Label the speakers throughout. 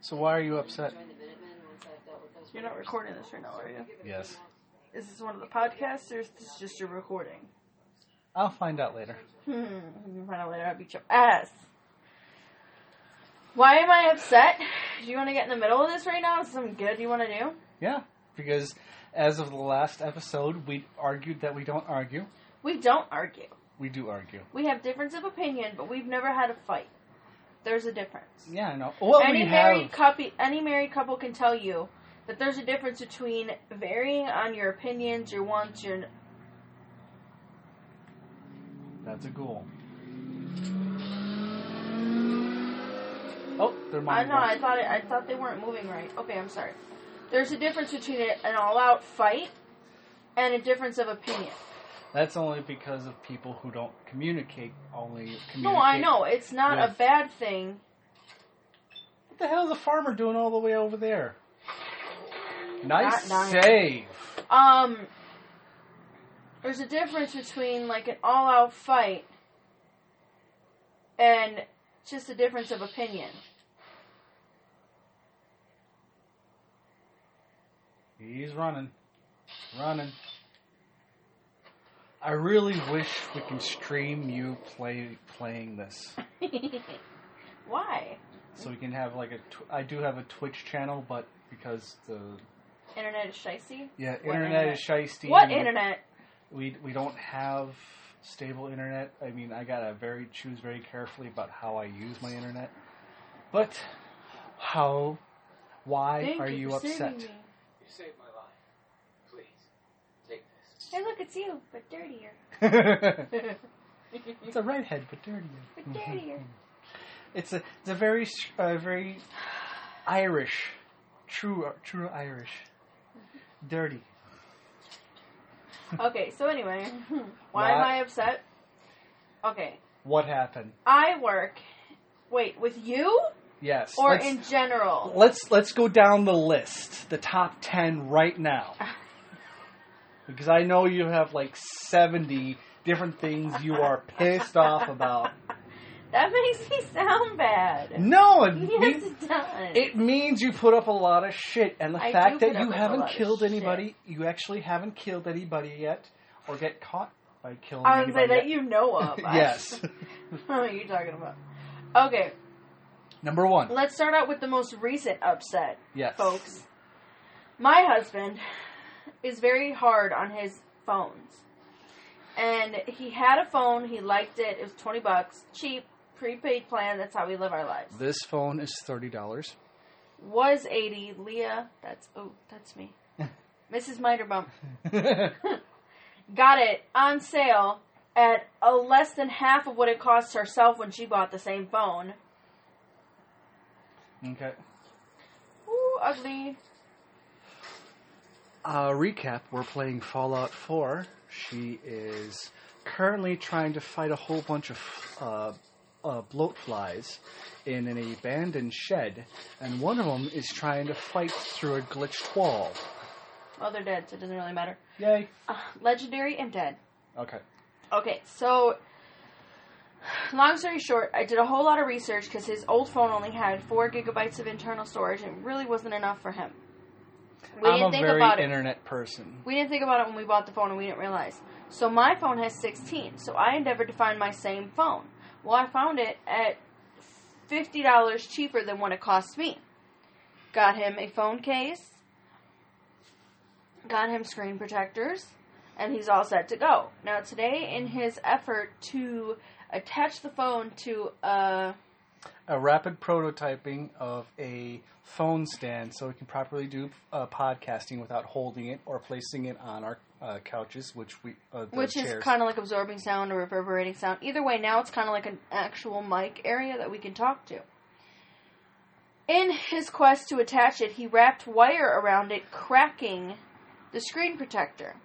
Speaker 1: So why are you upset?
Speaker 2: You're not recording this right now, are you?
Speaker 1: Yes.
Speaker 2: Is this one of the podcasts, or is this just a recording?
Speaker 1: I'll find out later.
Speaker 2: Hmm. you Find out later. I beat your ass. Why am I upset? Do you want to get in the middle of this right now? Is something good you want to do?
Speaker 1: Yeah, because as of the last episode, we argued that we don't argue.
Speaker 2: We don't argue.
Speaker 1: We do argue.
Speaker 2: We have difference of opinion, but we've never had a fight. There's a difference.
Speaker 1: Yeah, I know. Well, we
Speaker 2: any married
Speaker 1: have.
Speaker 2: couple, any married couple can tell you that there's a difference between varying on your opinions, your wants, your
Speaker 1: That's a goal. Oh, they're
Speaker 2: I
Speaker 1: mine.
Speaker 2: know. I thought it, I thought they weren't moving right. Okay, I'm sorry. There's a difference between a- an all-out fight and a difference of opinion.
Speaker 1: That's only because of people who don't communicate. Only communicate.
Speaker 2: No, I know it's not a
Speaker 1: Yes.
Speaker 2: bad thing.
Speaker 1: What the hell is a farmer doing all the way over there? Nice
Speaker 2: Not nice.
Speaker 1: save.
Speaker 2: Um, there's a difference between like an all-out fight and just a difference of opinion.
Speaker 1: He's running. Running. I really wish we can stream you play playing this.
Speaker 2: Why?
Speaker 1: So we can have like a. Tw- I do have a Twitch channel, but because the
Speaker 2: Internet is shicey.
Speaker 1: yeah
Speaker 2: What
Speaker 1: internet,
Speaker 2: internet?
Speaker 1: is shisty.
Speaker 2: What
Speaker 1: and
Speaker 2: internet?
Speaker 1: We we don't have stable internet. I mean, I gotta very choose very carefully about how I use my internet. But how? Why
Speaker 2: Thank
Speaker 1: are
Speaker 2: you,
Speaker 1: you
Speaker 2: for saving
Speaker 1: upset?
Speaker 2: me.
Speaker 3: You saved my life. Please, take this.
Speaker 2: Hey, look, it's you, but dirtier.
Speaker 1: it's a redhead, but dirtier.
Speaker 2: But dirtier.
Speaker 1: It's a it's a very s- uh, very Irish, true uh, true Irish, dirty.
Speaker 2: Okay, so anyway, why am
Speaker 1: What?
Speaker 2: I upset? Okay,
Speaker 1: What happened?
Speaker 2: I work. Wait, with you
Speaker 1: Yes.
Speaker 2: or
Speaker 1: let's,
Speaker 2: in general?
Speaker 1: let's let's go down the list, the top ten right now, because I know you have like seventy different things you are pissed off about.
Speaker 2: That makes me sound bad.
Speaker 1: No, it,
Speaker 2: Yes,
Speaker 1: means,
Speaker 2: it does.
Speaker 1: it means you put up a lot of shit, and the
Speaker 2: I
Speaker 1: fact
Speaker 2: do put
Speaker 1: that you
Speaker 2: up a
Speaker 1: haven't
Speaker 2: lot of
Speaker 1: killed
Speaker 2: shit.
Speaker 1: anybody, you actually haven't killed anybody yet, or get caught by killing
Speaker 2: I was gonna
Speaker 1: anybody.
Speaker 2: say that
Speaker 1: yet.
Speaker 2: you know of. I-
Speaker 1: yes.
Speaker 2: I don't know what you're talking about. Okay,
Speaker 1: Number one.
Speaker 2: let's start out with the most recent upset,
Speaker 1: Yes.
Speaker 2: folks. My husband is very hard on his phones. And he had a phone, he liked it, it was 20 bucks, cheap, prepaid plan, that's how we live our lives.
Speaker 1: This phone is thirty dollars.
Speaker 2: was 80. Leah, that's, oh, that's me. Mrs. Miterbump got it on sale at a less than half of what it cost herself when she bought the same phone.
Speaker 1: okay.
Speaker 2: Ooh, ugly.
Speaker 1: Uh, recap: We're playing Fallout Four. She is currently trying to fight a whole bunch of uh, uh, bloat flies in an abandoned shed, and one of them is trying to fight through a glitched wall.
Speaker 2: Well, they're dead, so it doesn't really matter.
Speaker 1: Yay!
Speaker 2: Uh, legendary and dead.
Speaker 1: Okay.
Speaker 2: Okay, so long story short, I did a whole lot of research because his old phone only had four gigabytes of internal storage, and it really wasn't enough for him. We
Speaker 1: I'm
Speaker 2: didn't
Speaker 1: a
Speaker 2: think
Speaker 1: very
Speaker 2: about it.
Speaker 1: internet person.
Speaker 2: We didn't think about it when we bought the phone, and we didn't realize. So my phone has 16. So I endeavored to find my same phone. Well, I found it at fifty dollars cheaper than what it cost me. Got him a phone case. Got him screen protectors, and he's all set to go. Now today, in his effort to attach the phone to a
Speaker 1: a rapid prototyping of a phone stand so we can properly do uh, podcasting without holding it or placing it on our uh, couches, which we uh, the
Speaker 2: which
Speaker 1: chairs.
Speaker 2: is kind of like absorbing sound or reverberating sound. Either way, now it's kind of like an actual mic area that we can talk to. In his quest to attach it, he wrapped wire around it, cracking the screen protector.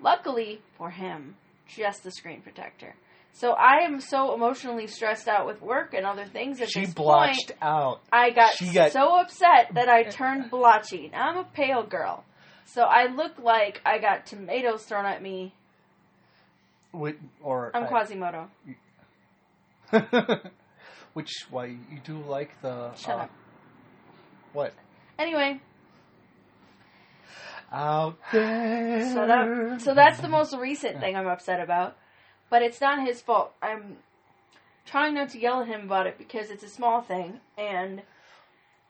Speaker 2: Luckily for him, just the screen protector. So I am so emotionally stressed out with work and other things at
Speaker 1: she
Speaker 2: this
Speaker 1: blotched
Speaker 2: point.
Speaker 1: out.
Speaker 2: I got,
Speaker 1: she got-
Speaker 2: so upset that I turned blotchy. Now I'm a pale girl, so I look like I got tomatoes thrown at me.
Speaker 1: With, or
Speaker 2: I'm
Speaker 1: I-
Speaker 2: Quasimodo.
Speaker 1: which why you do like the
Speaker 2: Shut
Speaker 1: uh,
Speaker 2: up.
Speaker 1: What?
Speaker 2: Anyway,
Speaker 1: Out there.
Speaker 2: so
Speaker 1: Mm.
Speaker 2: that so that's the most recent thing I'm upset about. But it's not his fault. I'm trying not to yell at him about it because it's a small thing and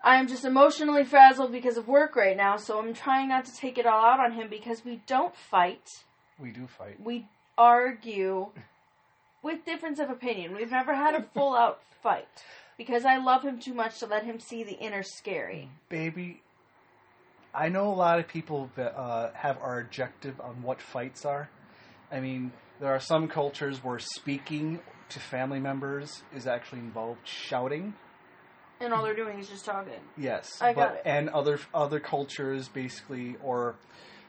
Speaker 2: I'm just emotionally frazzled because of work right now, so I'm trying not to take it all out on him because we don't fight.
Speaker 1: we do fight.
Speaker 2: We argue with difference of opinion. We've never had a full out fight because I love him too much to let him see the inner scary.
Speaker 1: Baby, I know a lot of people that uh, have our objective on what fights are. I mean, there are some cultures where speaking to family members is actually involved shouting.
Speaker 2: And all they're doing is just talking.
Speaker 1: Yes,
Speaker 2: I
Speaker 1: but
Speaker 2: got it.
Speaker 1: and other other cultures basically or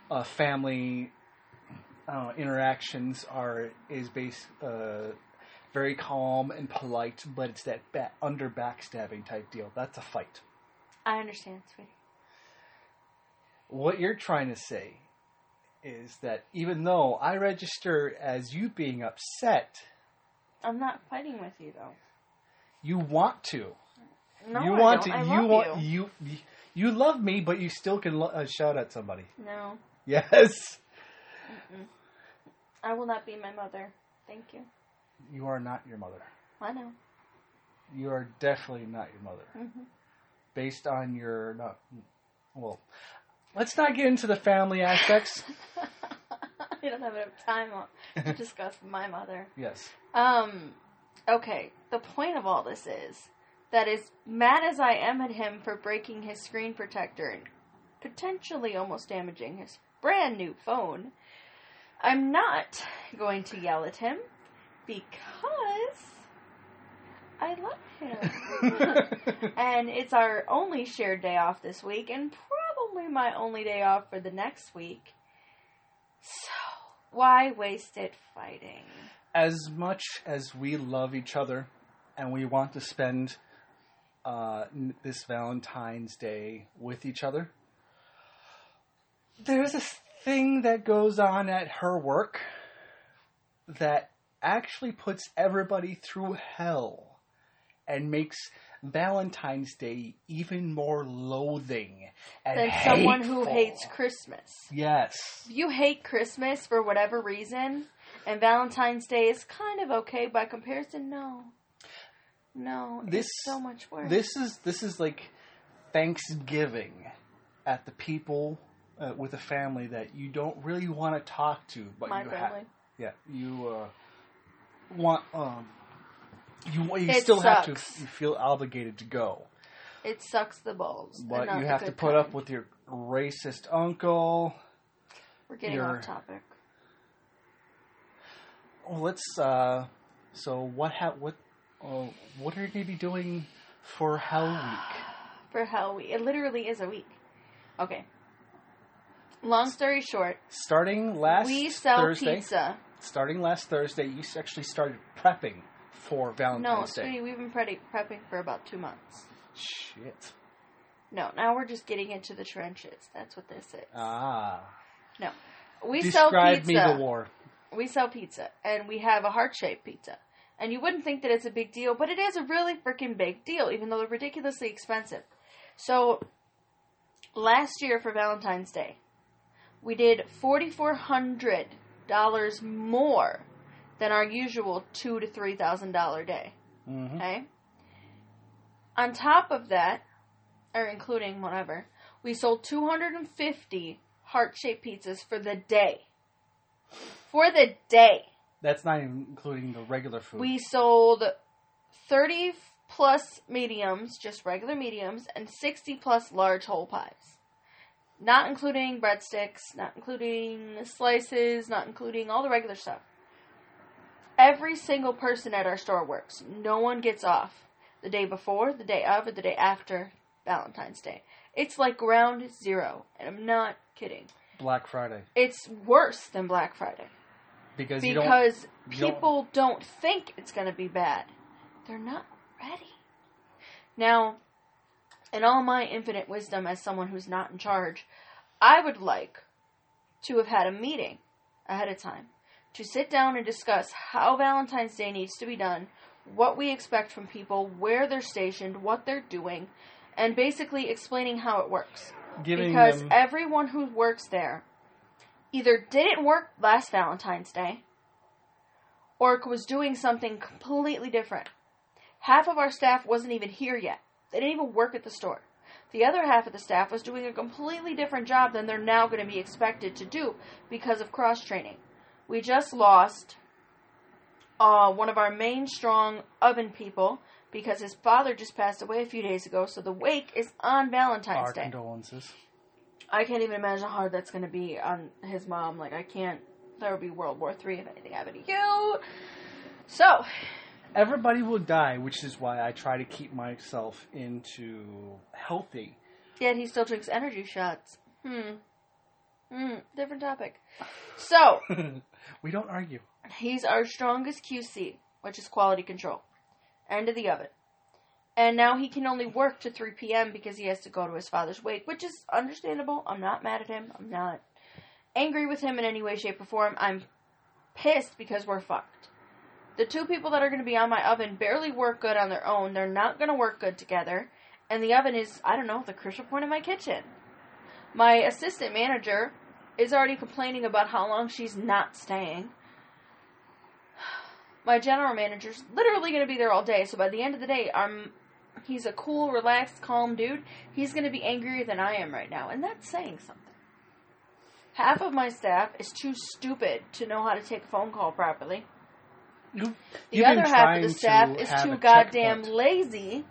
Speaker 1: uh, family I don't know, interactions are is base uh, very calm and polite, but it's that ba- under backstabbing type deal. That's a fight.
Speaker 2: I understand, sweetie.
Speaker 1: What you're trying to say is that even though I register as you being upset,
Speaker 2: I'm not fighting with you though.
Speaker 1: you want to.
Speaker 2: No,
Speaker 1: you
Speaker 2: I
Speaker 1: want
Speaker 2: don't.
Speaker 1: to.
Speaker 2: I
Speaker 1: you
Speaker 2: love
Speaker 1: want
Speaker 2: you.
Speaker 1: you. you love me, but you still can lo- uh, shout at somebody.
Speaker 2: No,
Speaker 1: Yes.
Speaker 2: I will not be my mother. Thank you.
Speaker 1: You are not your mother.
Speaker 2: I know.
Speaker 1: You are definitely not your mother.
Speaker 2: Mhm.
Speaker 1: Based on your not well, let's not get into the family aspects.
Speaker 2: I don't have enough time on- to discuss my mother.
Speaker 1: yes.
Speaker 2: Um, okay. The point of all this is that as mad as I am at him for breaking his screen protector and potentially almost damaging his brand new phone, I'm not going to yell at him because I love him. and it's our only shared day off this week, and probably my only day off for the next week. So, why waste it fighting?
Speaker 1: as much as we love each other and we want to spend uh, n- this Valentine's Day with each other, there's this thing that goes on at her work that actually puts everybody through hell and makes Valentine's Day even more loathing and
Speaker 2: than someone who
Speaker 1: hateful.
Speaker 2: hates Christmas.
Speaker 1: Yes.
Speaker 2: If you hate Christmas for whatever reason, and Valentine's Day is kind of okay by comparison, no. No,
Speaker 1: This-
Speaker 2: it's so much worse.
Speaker 1: This is this is like Thanksgiving at the people uh, with a family that you don't really want to talk to, but
Speaker 2: my
Speaker 1: you
Speaker 2: family.
Speaker 1: have. Yeah, you uh, want um, you you
Speaker 2: It
Speaker 1: still have
Speaker 2: sucks.
Speaker 1: to. You feel obligated to go,
Speaker 2: It sucks the balls. and
Speaker 1: but
Speaker 2: not
Speaker 1: you
Speaker 2: the
Speaker 1: have to
Speaker 2: good
Speaker 1: put
Speaker 2: kind.
Speaker 1: up with your racist uncle.
Speaker 2: We're getting
Speaker 1: your-
Speaker 2: off topic.
Speaker 1: Well, let's. Uh, so what ha- what uh, what are you going to be doing for Hell Week?
Speaker 2: For hell week. It literally is a week. Okay. Long story short,
Speaker 1: Starting last
Speaker 2: we sell
Speaker 1: Thursday.
Speaker 2: pizza.
Speaker 1: starting last Thursday, you s- actually started prepping for
Speaker 2: No,
Speaker 1: Valentine's Day.
Speaker 2: sweetie, we've been pre- prepping for about two months.
Speaker 1: Shit.
Speaker 2: No, now we're just getting into the trenches. That's what this is.
Speaker 1: Ah.
Speaker 2: we sell
Speaker 1: Describe
Speaker 2: pizza.
Speaker 1: me the war.
Speaker 2: we sell pizza and we have a heart shaped pizza. And you wouldn't think that it's a big deal, but it is a really freaking big deal, even though they're ridiculously expensive. So, last year for Valentine's Day, we did $4,400 more than our usual two to $3,000 day.
Speaker 1: hmm
Speaker 2: Okay. On top of that, or including whatever, we sold 250 heart shaped pizzas for the day. For the day.
Speaker 1: That's not even including the regular food.
Speaker 2: Mm-hmm. We sold 30 plus mediums, just regular mediums, and 60 plus large whole pies. Not including breadsticks, not including slices, not including all the regular stuff. Every single person at our store works. No one gets off the day before, the day of, or the day after Valentine's Day. It's like ground zero, and I'm not kidding.
Speaker 1: Black Friday
Speaker 2: It's worse than Black Friday
Speaker 1: because, you don't.
Speaker 2: because
Speaker 1: you don't-
Speaker 2: people don't think it's going to be bad. They're not ready. Now, in all my infinite wisdom as someone who's not in charge, I would like to have had a meeting ahead of time to sit down and discuss how Valentine's Day needs to be done, what we expect from people, where they're stationed, what they're doing, and basically explaining how it works.
Speaker 1: Giving
Speaker 2: because
Speaker 1: them
Speaker 2: everyone who works there either didn't work last Valentine's Day or was doing something completely different. Half of our staff wasn't even here yet. They didn't even work at the store. The other half of the staff was doing a completely different job than they're now going to be expected to do because of cross training. We just lost uh, one of our main strong oven people because his father just passed away a few days ago, so the wake is on Valentine's
Speaker 1: our
Speaker 2: Day.
Speaker 1: condolences.
Speaker 2: I can't even imagine how hard that's gonna be on his mom. Like I can't. There would be World War Three if anything happened to you. So
Speaker 1: Everybody will die, which is why I try to keep myself into healthy.
Speaker 2: yet he still drinks energy shots. Hmm. Hmm. Different topic. So
Speaker 1: we don't argue.
Speaker 2: he's our strongest QC, which is quality control. End of the oven. And now he can only work to 3 p.m. because he has to go to his father's wake, which is understandable. I'm not mad at him. I'm not angry with him in any way, shape, or form. I'm pissed because we're fucked. The two people that are going to be on my oven barely work good on their own. They're not going to work good together. And the oven is, I don't know, the crucial point of my kitchen. My assistant manager is already complaining about how long she's not staying. My general manager's literally going to be there all day. So by the end of the day, I'm he's a cool, relaxed, calm dude. He's going to be angrier than I am right now, and that's saying something. Half of my staff is too stupid to know how to take a phone call properly.
Speaker 1: You,
Speaker 2: The
Speaker 1: you've been
Speaker 2: other half
Speaker 1: trying
Speaker 2: of the
Speaker 1: to
Speaker 2: staff is
Speaker 1: have
Speaker 2: too
Speaker 1: a
Speaker 2: goddamn
Speaker 1: checkpoint.
Speaker 2: lazy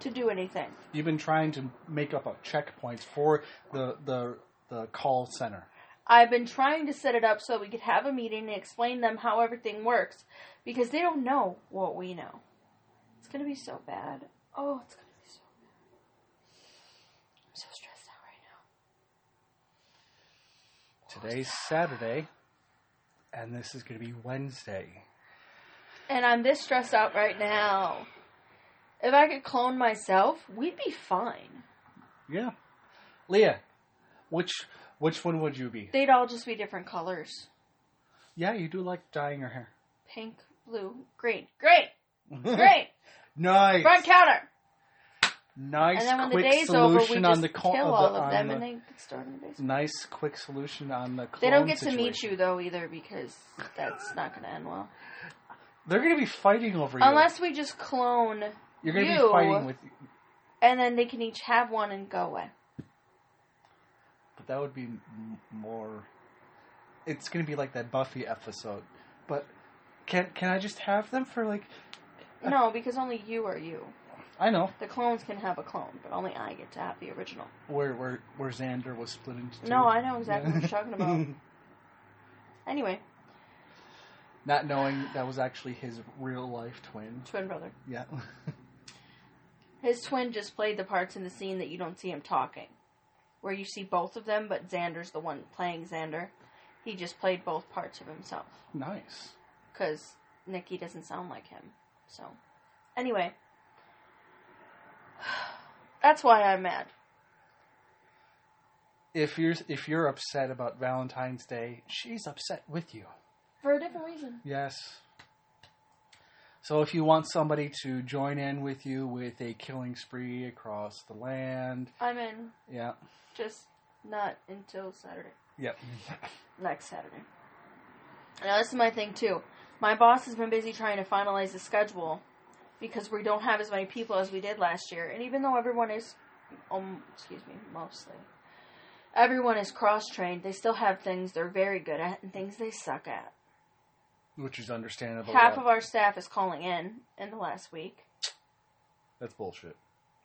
Speaker 2: to do anything.
Speaker 1: You've been trying to make up a checkpoint for the the the call center.
Speaker 2: I've been trying to set it up so we could have a meeting and explain them how everything works because they don't know what we know. It's going to be so bad. Oh, it's going to be so bad. I'm so stressed out right now.
Speaker 1: Today's Saturday, and this is going to be Wednesday.
Speaker 2: And I'm this stressed out right now. If I could clone myself, we'd be fine.
Speaker 1: Yeah, Leah, which which one would you be?
Speaker 2: They'd all just be different colors
Speaker 1: Yeah, you do like dyeing your hair.
Speaker 2: pink, blue, green. Great! Great!
Speaker 1: nice,
Speaker 2: Front counter!
Speaker 1: nice.
Speaker 2: and then when the
Speaker 1: quick
Speaker 2: day's
Speaker 1: solution
Speaker 2: over, we just
Speaker 1: on the co-
Speaker 2: kill
Speaker 1: of the-
Speaker 2: all of
Speaker 1: on
Speaker 2: them
Speaker 1: the-
Speaker 2: and they could start in the basement.
Speaker 1: nice quick solution on the.
Speaker 2: They don't
Speaker 1: clone
Speaker 2: get to meet
Speaker 1: situation.
Speaker 2: you though either because that's not going to end well.
Speaker 1: They're going to be fighting over you.
Speaker 2: Unless we just clone
Speaker 1: you're going to be
Speaker 2: you-
Speaker 1: fighting with,
Speaker 2: and then they can each have one and go away.
Speaker 1: but that would be m- more. It's going to be like that Buffy episode, but can can I just have them for like?
Speaker 2: No, because only you are you.
Speaker 1: I know
Speaker 2: The clones can have a clone, but only I get to have the original.
Speaker 1: where where where Xander was split into. two.
Speaker 2: No, I know exactly what you're talking about. Anyway,
Speaker 1: Not knowing that was actually his real life twin.
Speaker 2: twin brother.
Speaker 1: Yeah.
Speaker 2: His twin just played the parts in the scene that you don't see him talking. Where you see both of them, but Xander's the one playing Xander. He just played both parts of himself.
Speaker 1: nice.
Speaker 2: because Nikki doesn't sound like him. So, anyway, that's why I'm mad.
Speaker 1: If you're if you're upset about Valentine's Day, she's upset with you.
Speaker 2: For a different reason.
Speaker 1: Yes. So if you want somebody to join in with you with a killing spree across the land,
Speaker 2: I'm in,
Speaker 1: yeah,
Speaker 2: just not until Saturday.
Speaker 1: yep,
Speaker 2: Next Saturday. Now, this is my thing, too. My boss has been busy trying to finalize the schedule because we don't have as many people as we did last year. And even though everyone is, um, excuse me, mostly, everyone is cross trained, they still have things they're very good at and things they suck at.
Speaker 1: which is understandable.
Speaker 2: Half
Speaker 1: Oh, yeah.
Speaker 2: of our staff is calling in in the last week.
Speaker 1: That's bullshit.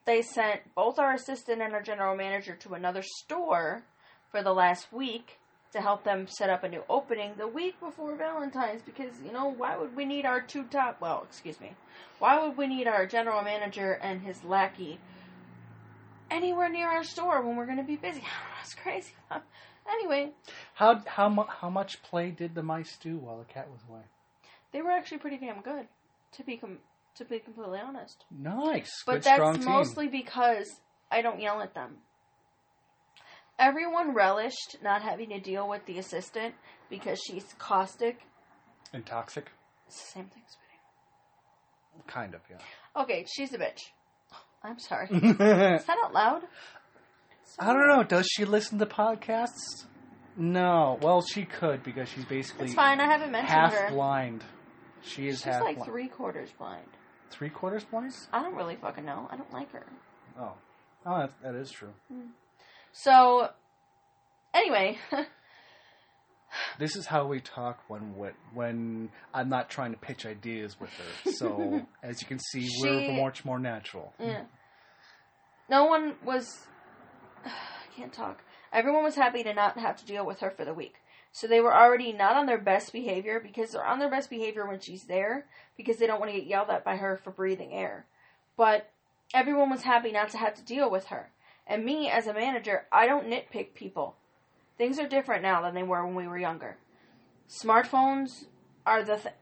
Speaker 2: They sent both our assistant and our general manager to another store for the last week to help them set up a new opening the week before Valentine's because, you know, why would we need our two top, well, excuse me, why would we need our general manager and his lackey anywhere near our store when we're going to be busy? That's crazy. Anyway,
Speaker 1: How how mu- how much play did the mice do while the cat was away?
Speaker 2: they were actually pretty damn good, to be com- to be completely honest.
Speaker 1: Nice,
Speaker 2: But
Speaker 1: good strong
Speaker 2: that's
Speaker 1: team.
Speaker 2: mostly because I don't yell at them. Everyone relished not having to deal with the assistant because she's caustic.
Speaker 1: and toxic,
Speaker 2: It's the same thing, sweetie.
Speaker 1: kind of. Yeah,
Speaker 2: Okay, she's a bitch. I'm sorry. Is
Speaker 1: I
Speaker 2: that out loud?
Speaker 1: don't know. Does she listen to podcasts? No. Well, she could because she's basically
Speaker 2: It's fine. I haven't mentioned
Speaker 1: half
Speaker 2: her.
Speaker 1: blind. She is
Speaker 2: She's
Speaker 1: half
Speaker 2: like
Speaker 1: blind.
Speaker 2: three quarters blind.
Speaker 1: Three quarters blind?
Speaker 2: I don't really fucking know. I don't like her.
Speaker 1: Oh. Oh, that, that is true.
Speaker 2: So, anyway,
Speaker 1: This is how we talk when we- when I'm not trying to pitch ideas with her. So, as you can see,
Speaker 2: She-
Speaker 1: we're much more natural.
Speaker 2: yeah. no one was. I can't talk. Everyone was happy to not have to deal with her for the week. So they were already not on their best behavior because they're on their best behavior when she's there because they don't want to get yelled at by her for breathing air. But everyone was happy not to have to deal with her. And me, as a manager, I don't nitpick people. Things are different now than they were when we were younger. Smartphones are the th-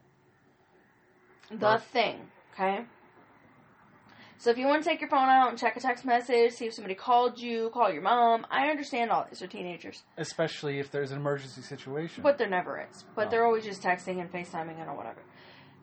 Speaker 2: the
Speaker 1: Right.
Speaker 2: thing, okay? So if you want to take your phone out and check a text message, see if somebody called you, call your mom. I understand all this. They're teenagers,
Speaker 1: Especially if there's an emergency situation.
Speaker 2: but there never is. But
Speaker 1: No.
Speaker 2: they're always just texting and FaceTiming and or whatever.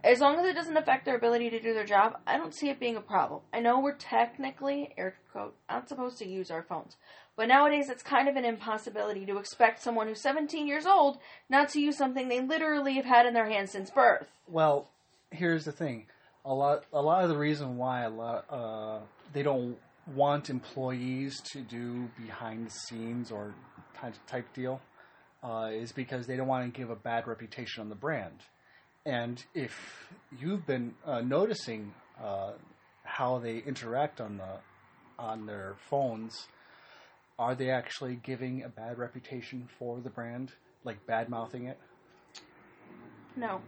Speaker 2: As long as it doesn't affect their ability to do their job, I don't see it being a problem. I know we're technically air quote not supposed to use our phones, but nowadays it's kind of an impossibility to expect someone who's 17 years old not to use something they literally have had in their hands since birth.
Speaker 1: well, here's the thing: a lot, a lot of the reason why a lot uh, they don't want employees to do behind the scenes or type, type deal uh, is because they don't want to give a bad reputation on the brand. And if you've been uh, noticing uh, how they interact on the on their phones, are they actually giving a bad reputation for the brand, like bad mouthing it?
Speaker 2: No,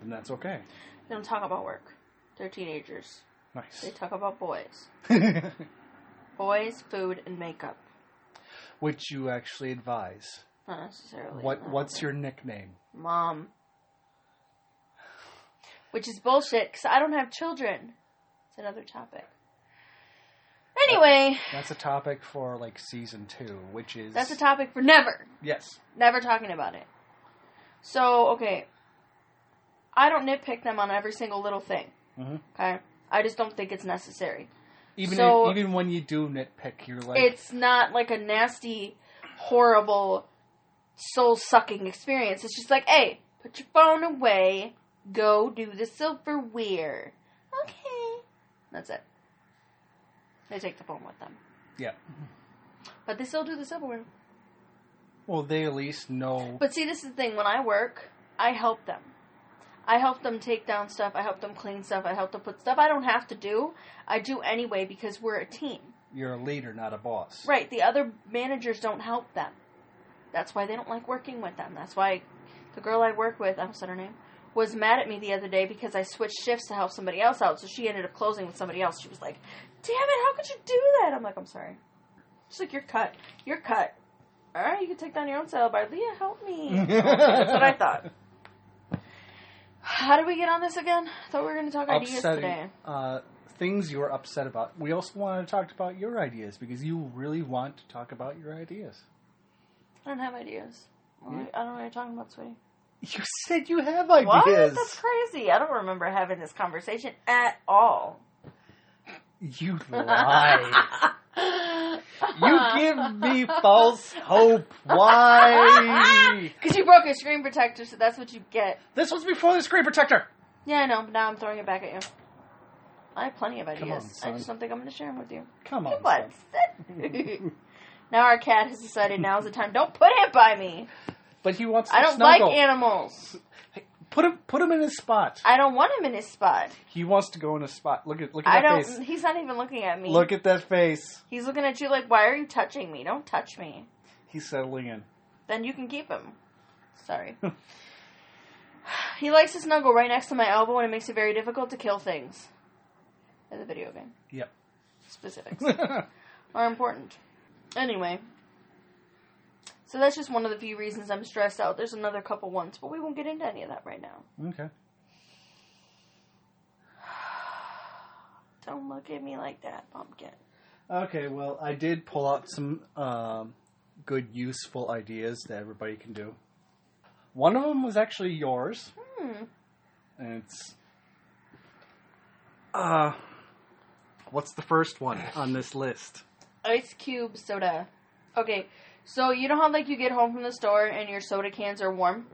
Speaker 1: Then that's okay.
Speaker 2: they don't talk about work. They're teenagers.
Speaker 1: Nice.
Speaker 2: They talk about boys. Boys, food, and makeup.
Speaker 1: Would you actually advise?
Speaker 2: Not necessarily.
Speaker 1: What
Speaker 2: no.
Speaker 1: What's your nickname?
Speaker 2: mom? Which is bullshit because I don't have children. It's another topic. Anyway,
Speaker 1: That's a topic for like season two, which is
Speaker 2: that's a topic for never.
Speaker 1: yes.
Speaker 2: Never talking about it. So, okay. I don't nitpick them on every single little thing.
Speaker 1: Mhm.
Speaker 2: Okay? I just don't think it's necessary.
Speaker 1: Even
Speaker 2: So-
Speaker 1: if, even when you do nitpick, you're like
Speaker 2: it's not like a nasty, horrible, soul sucking experience. It's just like, hey, put your phone away, go do the silverware. Okay. That's it. They take the phone with them.
Speaker 1: yeah.
Speaker 2: But they still do the silverware.
Speaker 1: Well, they at least know.
Speaker 2: But see, this is the thing. When I work, I help them. I help them take down stuff. I help them clean stuff. I help them put stuff I don't have to do. I do anyway because we're a team.
Speaker 1: you're a leader, not a boss.
Speaker 2: Right. The other managers don't help them. That's why they don't like working with them. That's why the girl I work with, I almost said her name, was mad at me the other day because I switched shifts to help somebody else out. So she ended up closing with somebody else. She was like, "Damn it! How could you do that?" I'm like, "I'm sorry." She's like, "You're cut. You're cut. All right, you can take down your own salad bar. Leah, help me." That's what I thought. How did we get on this again? I thought we were going to talk ideas today.
Speaker 1: Upsetting uh, things you are upset about. We also want to talk about your ideas because you really want to talk about your ideas.
Speaker 2: I don't have ideas. I don't know what you're talking about, sweetie.
Speaker 1: You said you have
Speaker 2: What?
Speaker 1: ideas.
Speaker 2: That's crazy. I don't remember having this conversation at all.
Speaker 1: You lie. you
Speaker 2: you
Speaker 1: give me false hope. Why?
Speaker 2: Because you broke your screen protector, so that's what you get.
Speaker 1: This was before the screen protector.
Speaker 2: Yeah, I know, but now I'm throwing it back at you. I have plenty of
Speaker 1: Come on,
Speaker 2: ideas. I
Speaker 1: son.
Speaker 2: just don't think I'm going to share them with you.
Speaker 1: Come on.
Speaker 2: What?
Speaker 1: son.
Speaker 2: now our cat has decided now's the time. Don't put him by me.
Speaker 1: But he wants. To
Speaker 2: I don't
Speaker 1: snuggle.
Speaker 2: like animals.
Speaker 1: Put him. Put him in his spot.
Speaker 2: I don't want him in his spot.
Speaker 1: He wants to go in his spot. Look at. Look at
Speaker 2: I
Speaker 1: that
Speaker 2: don't.
Speaker 1: face.
Speaker 2: He's not even looking at me.
Speaker 1: Look at that face.
Speaker 2: He's looking at you like, why are you touching me? Don't touch me.
Speaker 1: He's settling in.
Speaker 2: Then you can keep him. Sorry. he likes to snuggle right next to my elbow, and it makes it very difficult to kill things. In the video game.
Speaker 1: Yep.
Speaker 2: Specifics are important. Anyway. So that's just one of the few reasons I'm stressed out. There's another couple ones, but we won't get into any of that right now.
Speaker 1: okay.
Speaker 2: Don't look at me like that, pumpkin.
Speaker 1: Okay. Well, I did pull out some um, good, useful ideas that everybody can do. One of them was actually yours,
Speaker 2: Hmm.
Speaker 1: and it's. Uh, What's the first one on this list?
Speaker 2: Ice cube soda. Okay, so you know how like you get home from the store and your soda cans are warm,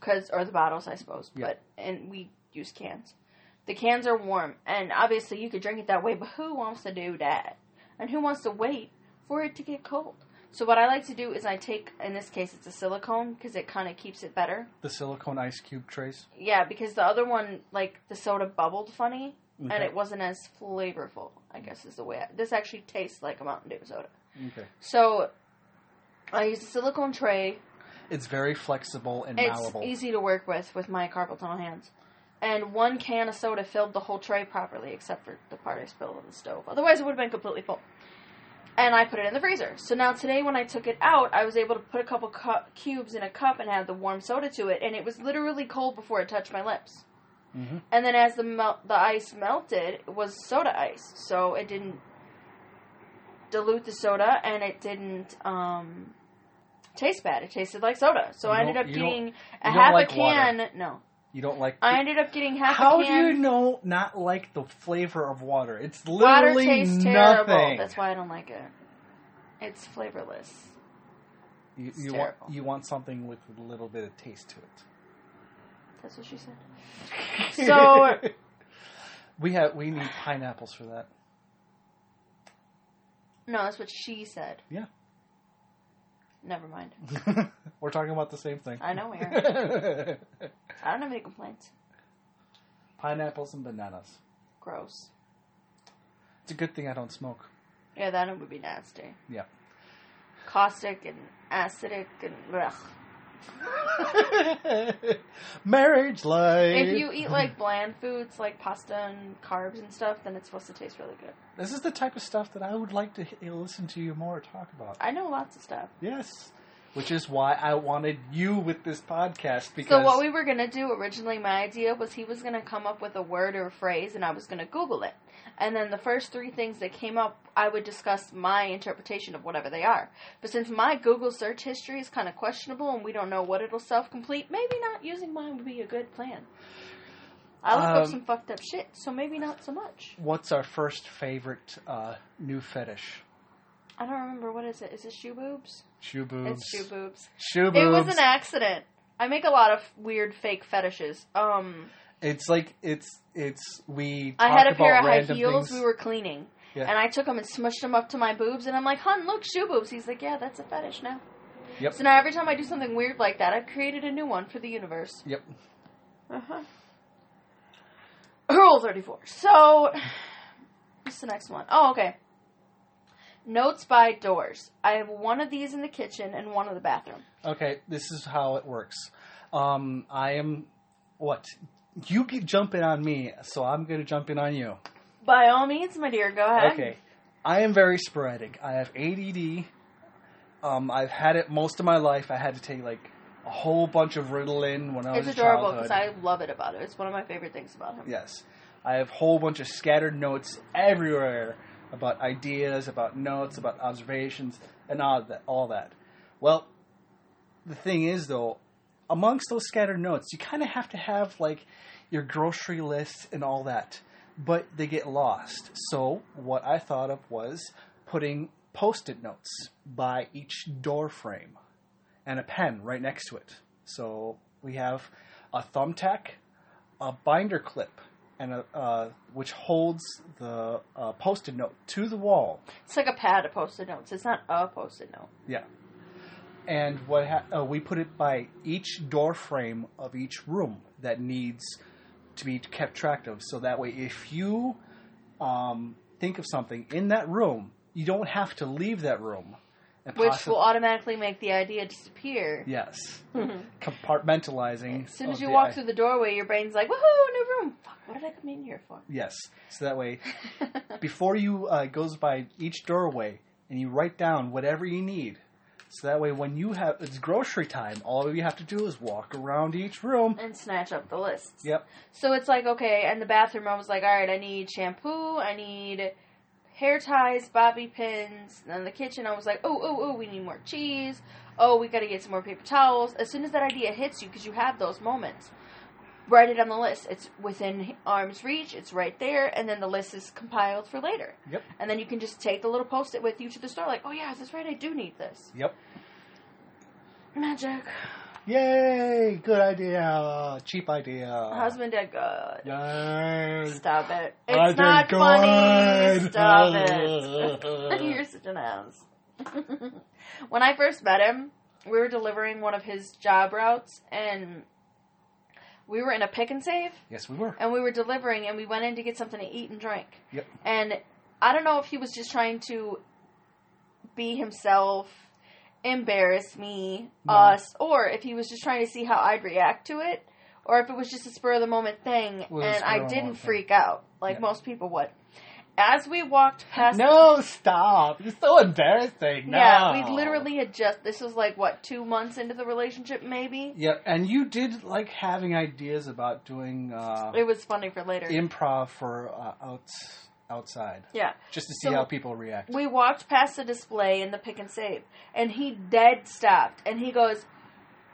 Speaker 2: cause or the bottles I suppose,
Speaker 1: Yeah.
Speaker 2: but and we use cans. The cans are warm, and obviously you could drink it that way, but who wants to do that? And who wants to wait for it to get cold? So what I like to do is I take, in this case, it's a silicone because it kind of keeps it better.
Speaker 1: The silicone ice cube trays.
Speaker 2: Yeah, because the other one, like the soda bubbled funny, and
Speaker 1: Okay.
Speaker 2: it wasn't as flavorful. I guess is the way. I, this actually tastes like a Mountain Dew soda.
Speaker 1: Okay.
Speaker 2: So I use a silicone tray.
Speaker 1: It's very flexible and malleable.
Speaker 2: It's easy to work with with my carpal tunnel hands. And one can of soda filled the whole tray properly, except for the part I spilled on the stove. Otherwise, it would have been completely full. And I put it in the freezer. So now today, when I took it out, I was able to put a couple cu- cubes in a cup and add the warm soda to it, and it was literally cold before it touched my lips.
Speaker 1: Mhm.
Speaker 2: And then as the mel- the ice melted, it was soda ice, so it didn't dilute the soda, and it didn't um, taste bad. It tasted like soda. So
Speaker 1: You
Speaker 2: I ended
Speaker 1: don't-
Speaker 2: up
Speaker 1: you don't-
Speaker 2: getting a
Speaker 1: don't
Speaker 2: half
Speaker 1: like
Speaker 2: a
Speaker 1: water.
Speaker 2: can. No,
Speaker 1: You don't like.
Speaker 2: I ended up getting half
Speaker 1: How
Speaker 2: a
Speaker 1: do
Speaker 2: can.
Speaker 1: you know not like the flavor of water? It's
Speaker 2: water
Speaker 1: literally
Speaker 2: tastes
Speaker 1: nothing.
Speaker 2: terrible. That's why I don't like it. It's flavorless.
Speaker 1: you,
Speaker 2: it's
Speaker 1: you want
Speaker 2: terrible.
Speaker 1: you want something with a little bit of taste to it.
Speaker 2: That's what she said. So-
Speaker 1: we have we need pineapples for that.
Speaker 2: No, that's what she said.
Speaker 1: Yeah.
Speaker 2: Never mind.
Speaker 1: We're talking about the same thing.
Speaker 2: I know we are.
Speaker 1: are.
Speaker 2: I don't have any complaints.
Speaker 1: Pineapples and bananas.
Speaker 2: Gross.
Speaker 1: It's a good thing I don't smoke.
Speaker 2: Yeah, that would be nasty.
Speaker 1: Yeah.
Speaker 2: Caustic and acidic and ugh.
Speaker 1: Marriage life.
Speaker 2: If you eat like bland foods like pasta and carbs and stuff, then it's supposed to taste really good.
Speaker 1: this is the type of stuff that I would like to h- listen to you more talk about.
Speaker 2: I know lots of stuff.
Speaker 1: Yes, which is why I wanted you with this podcast because
Speaker 2: so what we were gonna do originally, my idea was he was gonna come up with a word or a phrase, and I was gonna Google it, and then the first three things that came up, I would discuss my interpretation of whatever they are. But since my Google search history is kind of questionable, and we don't know what it'll self-complete, maybe not using mine would be a good plan. I look up
Speaker 1: Um,
Speaker 2: some fucked up shit, so maybe not so much.
Speaker 1: what's our first favorite uh, new fetish?
Speaker 2: I don't remember what is it. Is it shoe boobs?
Speaker 1: Shoe boobs.
Speaker 2: It's shoe boobs.
Speaker 1: Shoe boobs.
Speaker 2: It was an accident. I make a lot of weird fake fetishes. Um,
Speaker 1: it's like it's it's we.
Speaker 2: I
Speaker 1: talk
Speaker 2: had a pair
Speaker 1: about
Speaker 2: of high
Speaker 1: random
Speaker 2: heels.
Speaker 1: things.
Speaker 2: We were cleaning,
Speaker 1: Yeah.
Speaker 2: and I took them and smushed them up to my boobs, and I'm like, "Hun, look, shoe boobs." He's like, "Yeah, that's a fetish now."
Speaker 1: Yep.
Speaker 2: So now every time I do something weird like that, I've created a new one for the universe.
Speaker 1: Yep.
Speaker 2: Uh-huh. Rule 34. So, what's the next one? Oh, okay. Notes by doors. I have one of these in the kitchen and one in the bathroom.
Speaker 1: Okay, this is how it works. Um, I am what you get jumping on me, so I'm going to jump in on you.
Speaker 2: By all means, my dear, go ahead.
Speaker 1: Okay. I am very sporadic. I have ADD. Um, I've had it most of my life. I had to take like a whole bunch of Ritalin when I was
Speaker 2: It's
Speaker 1: in
Speaker 2: adorable
Speaker 1: childhood.
Speaker 2: because I love it about it. It's one of my favorite things about him.
Speaker 1: Yes. I have a whole bunch of scattered notes everywhere about ideas, about notes, about observations, and all that. All that. Well, the thing is, though, amongst those scattered notes, you kind of have to have like your grocery list and all that, but they get lost. So what I thought of was putting post-it notes by each door frame and a pen right next to it. So we have a thumbtack, a binder clip, and a, uh, which holds the uh, post-it note to the wall.
Speaker 2: It's like a pad of post-it notes. It's not a post-it note.
Speaker 1: Yeah. And what ha- uh, we put it by each door frame of each room that needs to be kept track of. So that way, if you um, think of something in that room, you don't have to leave that room. And
Speaker 2: Which
Speaker 1: possi-
Speaker 2: will automatically make the idea disappear.
Speaker 1: yes, compartmentalizing.
Speaker 2: As soon as
Speaker 1: of
Speaker 2: you
Speaker 1: the
Speaker 2: walk
Speaker 1: i-
Speaker 2: through the doorway, your brain's like, woohoo, new room. Fuck, what did I come in here for?
Speaker 1: Yes. So that way, before you uh, goes by each doorway, and you write down whatever you need. So that way, when you have it's grocery time, all you have to do is walk around each room.
Speaker 2: and snatch up the lists.
Speaker 1: Yep.
Speaker 2: So it's like, okay, and the bathroom, I was like, all right, I need shampoo, I need hair ties, bobby pins. And then the kitchen, I was like, oh, oh, oh, we need more cheese. Oh, we got to get some more paper towels. As soon as that idea hits you, because you have those moments, write it on the list. It's within arm's reach. It's right there, and then the list is compiled for later.
Speaker 1: Yep.
Speaker 2: And then you can just take the little post-it with you to the store. Like, oh yeah, is this right? I do need this.
Speaker 1: Yep.
Speaker 2: Magic.
Speaker 1: Yay! Good idea. Cheap idea.
Speaker 2: Husband did good.
Speaker 1: Yay.
Speaker 2: Stop it. It's
Speaker 1: I did
Speaker 2: not funny.
Speaker 1: good.
Speaker 2: Stop it. You're such an ass. when I first met him, we were delivering one of his job routes, and we were in a pick and save,
Speaker 1: Yes, we were.
Speaker 2: and we were delivering, and we went in to get something to eat and drink.
Speaker 1: Yep.
Speaker 2: And I don't know if he was just trying to be himself, embarrass me,
Speaker 1: No.
Speaker 2: us, or if he was just trying to see how I'd react to it, or if it was just a spur of the moment thing,
Speaker 1: was a
Speaker 2: and
Speaker 1: spur of
Speaker 2: I
Speaker 1: the
Speaker 2: didn't
Speaker 1: moment thing.
Speaker 2: freak out like
Speaker 1: Yeah.
Speaker 2: most people would. As we walked past,
Speaker 1: No, stop. You're so embarrassing. No.
Speaker 2: yeah, we literally had just this was like what two months into the relationship, maybe.
Speaker 1: Yeah, and you did like having ideas about doing uh,
Speaker 2: It was funny for later.
Speaker 1: improv for uh, outs outside
Speaker 2: yeah,
Speaker 1: just to see
Speaker 2: So-
Speaker 1: how people react.
Speaker 2: we walked past the display in the pick and save, and he dead stopped, and he goes,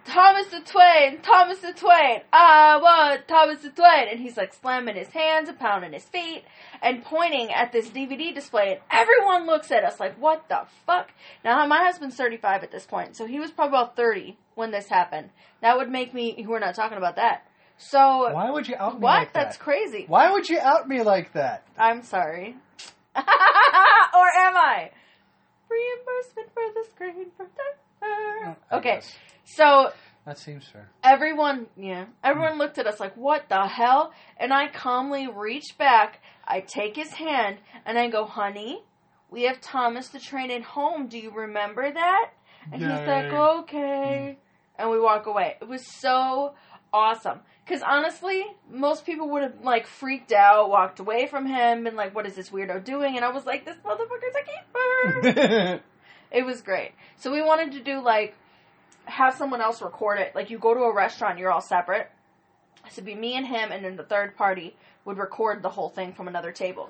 Speaker 2: "Thomas the Twain, Thomas the Twain, I want Thomas the Twain," and he's like slamming his hands and pounding his feet and pointing at this DVD display, and everyone looks at us like, "What the fuck?" Now my husband's thirty-five at this point, so he was probably about thirty when this happened. That would make me. We're not talking about that. So
Speaker 1: Why would you out me
Speaker 2: what?
Speaker 1: like that?
Speaker 2: That's crazy.
Speaker 1: Why would you out me like that?
Speaker 2: I'm sorry. or am I? Reimbursement for the screen protector.
Speaker 1: I
Speaker 2: Okay,
Speaker 1: guess.
Speaker 2: so
Speaker 1: that seems fair.
Speaker 2: everyone, yeah, everyone looked at us like, what the hell? And I calmly reach back, I take his hand, and I go, honey, we have Thomas the Train at home. Do you remember that? And he's like,
Speaker 1: Yay.
Speaker 2: okay. And we walk away. It was so awesome. Because honestly, most people would have, like, freaked out, walked away from him, been like, what is this weirdo doing? And I was like, this motherfucker's a keeper. It was great. So we wanted to do like have someone else record it. Like you go to a restaurant, you're all separate. So it'd be me and him, and then the third party would record the whole thing from another table.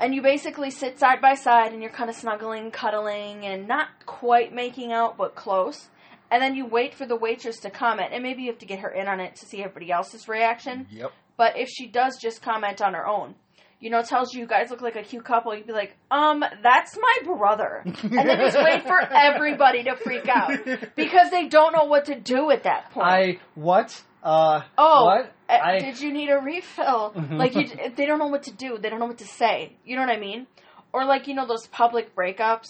Speaker 2: And you basically sit side by side, and you're kind of snuggling, cuddling, and not quite making out, but close. And then you wait for the waitress to comment, and maybe you have to get her in on it to see everybody else's reaction.
Speaker 1: yep.
Speaker 2: But if she does just comment on her own, you know, tells you you guys look like a cute couple, you'd be like, um, that's my brother. And then just wait for everybody to freak out because they don't know what to do at that point.
Speaker 1: I what? Uh,
Speaker 2: oh,
Speaker 1: what?
Speaker 2: uh,
Speaker 1: I- Mm-hmm.
Speaker 2: did you need a refill? like, you, they don't know what to do. They don't know what to say. You know what I mean? Or like, you know, those public breakups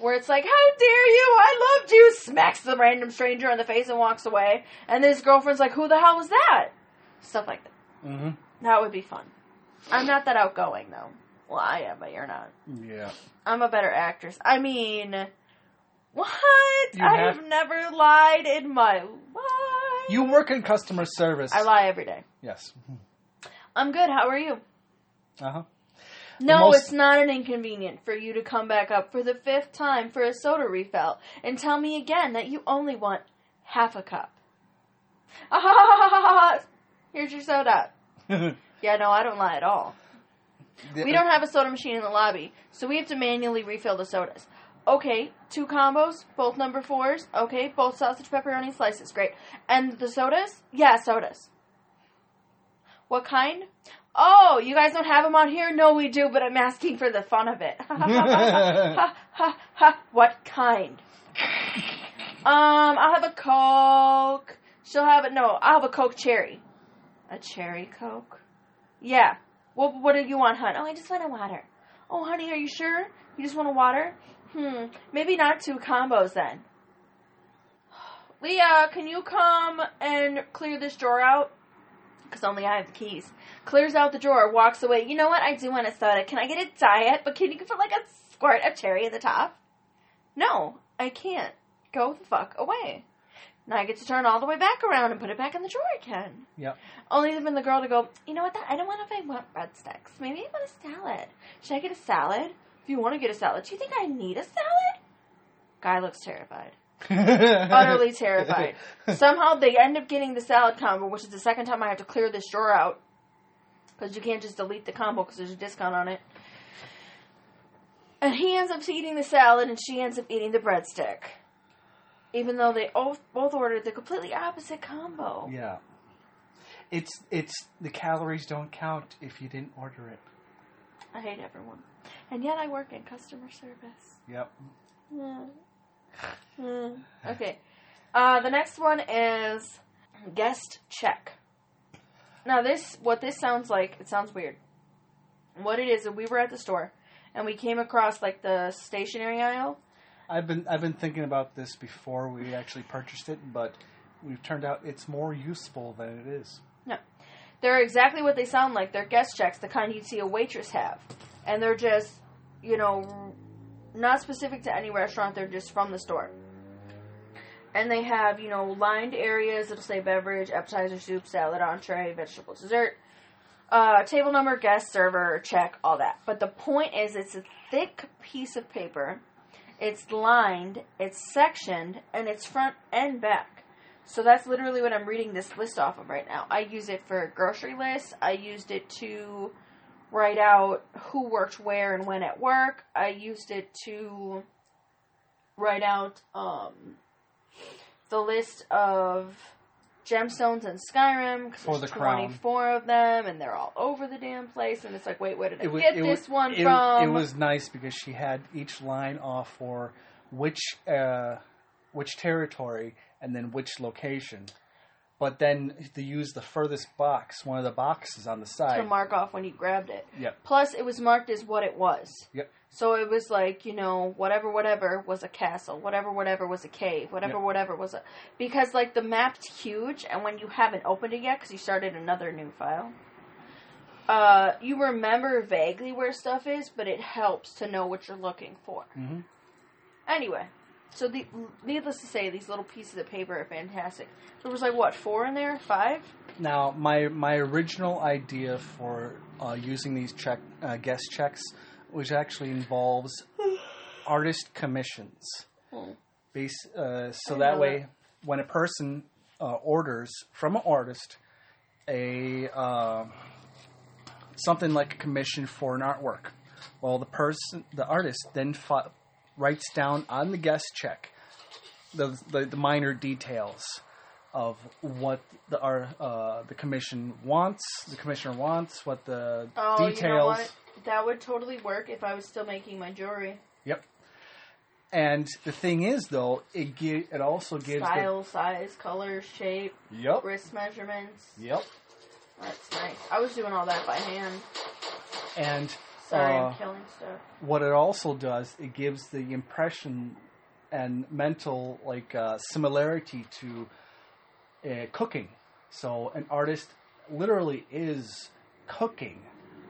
Speaker 2: where it's like, how dare you? I loved you. Smacks the random stranger in the face and walks away. And his girlfriend's like, who the hell was that? Stuff like that.
Speaker 1: hmm
Speaker 2: That would be fun. I'm not that outgoing though. Well, I am, but you're not.
Speaker 1: Yeah.
Speaker 2: I'm a better actress. I mean, what?
Speaker 1: You
Speaker 2: I
Speaker 1: have-
Speaker 2: have never lied in my life.
Speaker 1: You work in customer service.
Speaker 2: I lie every day.
Speaker 1: Yes.
Speaker 2: I'm good. How are you?
Speaker 1: Uh huh.
Speaker 2: No,
Speaker 1: most-
Speaker 2: it's not an inconvenient for you to come back up for the fifth time for a soda refill and tell me again that you only want half a cup. Here's your soda. Yeah, no, I don't lie at all. We don't have a soda machine in the lobby, so we have to manually refill the sodas. Okay, two combos, both number fours. Okay, both sausage pepperoni slices. Great. And the sodas? Yeah, sodas. What kind? Oh, you guys don't have them out here? No, we do, but I'm asking for the fun of it. ha, ha, ha. What kind? Um, I'll have a Coke. She'll have it. No, I'll have a Coke cherry. A cherry Coke? Yeah. What What do you want, hon? Oh, I just want a water. Oh, honey, are you sure? You just want a water? Hmm. Maybe not two combos then. Leah, can you come and clear this drawer out? Because only I have the keys. Clears out the drawer, walks away. You know what? I do want a soda. Can I get a diet? But can you put like a squirt of cherry at the top? No, I can't. Go the fuck away. Now I get to turn all the way back around and put it back in the drawer again.
Speaker 1: Yep.
Speaker 2: Only even the bread to go, you know what, that, I don't want if I want breadsticks. Maybe I want a salad. Should I get a salad? If you want to get a salad, do you think I need a salad? Guy looks terrified. Utterly terrified. Somehow they end up getting the salad combo, which is the second time I have to clear this drawer out. Because you can't just delete the combo because there's a discount on it. And he ends up eating the salad and she ends up eating the breadstick. Even though they both, both ordered the completely opposite combo.
Speaker 1: Yeah. It's it's the calories don't count if you didn't order it.
Speaker 2: I hate everyone. And yet I work in customer service.
Speaker 1: Yep.
Speaker 2: Mm. Mm. Okay. Uh, the next one is guest check. Now this what this sounds like, it sounds weird. What it is, we were at the store and we came across like the stationery aisle.
Speaker 1: I've been I've been thinking about this before we actually purchased it, but we've turned out it's more useful than it is.
Speaker 2: They're exactly what they sound like. They're guest checks, the kind you'd see a waitress have. And they're just, you know, not specific to any restaurant, they're just from the store. And they have, you know, lined areas. It'll say beverage, appetizer, soup, salad, entree, vegetable, dessert, uh, table number, guest server, check, all that. But the point is, it's a thick piece of paper. It's lined, it's sectioned, and it's front and back. So that's literally what I'm reading this list off of right now. I use it for grocery lists. I used it to write out who worked where and when at work. I used it to write out um, the list of gemstones in Skyrim. 'cause
Speaker 1: For
Speaker 2: there's
Speaker 1: the crown.
Speaker 2: 24 of them, and they're all over the damn place. And it's like, wait, where did I
Speaker 1: It was-
Speaker 2: get
Speaker 1: it was-
Speaker 2: this one
Speaker 1: It,
Speaker 2: from?
Speaker 1: it was nice because she had each line off for which uh, which territory and then which location. But then to use the furthest box, one of the boxes on the
Speaker 2: to
Speaker 1: side.
Speaker 2: mark off when you grabbed it.
Speaker 1: Yep.
Speaker 2: Plus, it was marked as what it was.
Speaker 1: Yep.
Speaker 2: So it was like you know whatever whatever was a castle, whatever whatever was a cave, whatever
Speaker 1: Yep.
Speaker 2: whatever was a because like the map's huge, and when you haven't opened it yet because you started another new file, uh, you remember vaguely where stuff is, but it helps to know what you're looking for.
Speaker 1: Mhm.
Speaker 2: Anyway, so the needless to say, these little pieces of paper are fantastic. There was like what four in there, five.
Speaker 1: Now, my my original idea for uh, using these check uh, guest checks, which actually involves artist commissions,
Speaker 2: Hmm.
Speaker 1: Base, uh, so
Speaker 2: I
Speaker 1: that
Speaker 2: know
Speaker 1: way, when a person uh, orders from an artist a uh, something like a commission for an artwork, well, the person, the artist, then fi- writes down on the guest check the the, the minor details of what the our, uh, the commission wants, the commissioner wants, what the
Speaker 2: Oh,
Speaker 1: details.
Speaker 2: you know what? That would totally work if I was still making my jewelry.
Speaker 1: Yep. And the thing is, though, it gi- it also gives
Speaker 2: Style, size, color, shape,
Speaker 1: the yep
Speaker 2: wrist measurements.
Speaker 1: yep,
Speaker 2: That's nice. I was doing all that by hand.
Speaker 1: and
Speaker 2: Sorry,
Speaker 1: Uh,
Speaker 2: I'm killing stuff.
Speaker 1: what it also does, it gives the impression and mental like uh, similarity to uh, cooking. So an artist literally is cooking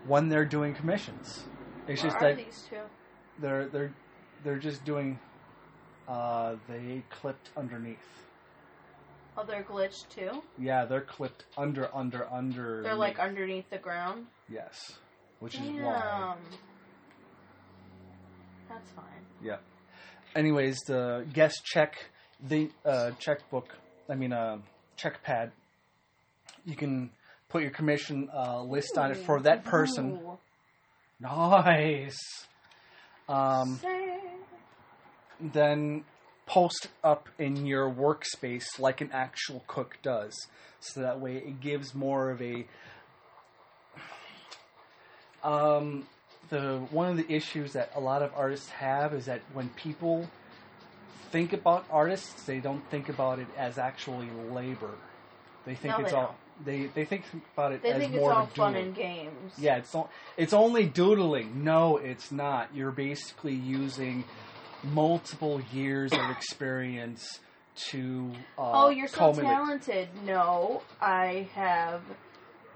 Speaker 1: when they're doing commissions. It's
Speaker 2: What
Speaker 1: just
Speaker 2: are
Speaker 1: that
Speaker 2: these two?
Speaker 1: they're they're they're just doing uh they clipped underneath
Speaker 2: Oh, they're glitched too.
Speaker 1: yeah they're clipped under under under
Speaker 2: They're like underneath the ground.
Speaker 1: yes which is why
Speaker 2: Damn. That's fine.
Speaker 1: anyways the guest check the uh checkbook i mean uh check pad you can put your commission uh list on it for that person
Speaker 2: Ooh.
Speaker 1: nice um
Speaker 2: Say.
Speaker 1: then post up in your workspace like an actual cook does. So that way it gives more of a. Um, the one of the issues that a lot of artists have is that when people think about artists, they don't think about it as actually labor. They think
Speaker 2: No,
Speaker 1: it's
Speaker 2: they
Speaker 1: all they they think about it
Speaker 2: They
Speaker 1: as
Speaker 2: think it's
Speaker 1: more
Speaker 2: all
Speaker 1: of a
Speaker 2: fun
Speaker 1: doodle.
Speaker 2: and games.
Speaker 1: Yeah, it's not, it's only doodling. No, it's not. You're basically using multiple years of experience to uh,
Speaker 2: oh, you're so
Speaker 1: culminate.
Speaker 2: talented. No, I have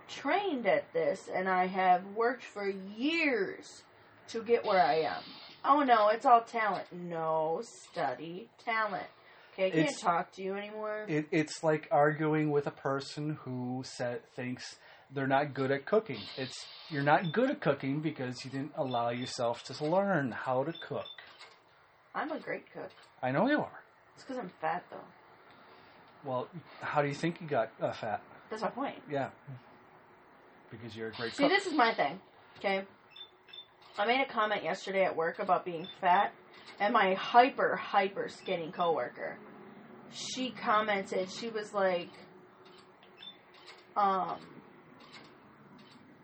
Speaker 2: trained at this and I have worked for years to get where I am. Oh no, it's all talent. No, study talent. Okay, I can't
Speaker 1: It's-
Speaker 2: talk to you anymore.
Speaker 1: It, it's like arguing with a person who said, thinks they're not good at cooking. It's you're not good at cooking because you didn't allow yourself to learn how to cook.
Speaker 2: I'm a great cook.
Speaker 1: I know you are.
Speaker 2: It's because I'm fat though.
Speaker 1: Well, how do you think you got uh, fat?
Speaker 2: That's my point.
Speaker 1: Yeah, because you're a great
Speaker 2: See,
Speaker 1: cook.
Speaker 2: this is my thing. Okay. I made a comment yesterday at work about being fat, and my hyper, hyper skinny coworker, she commented, she was like, um,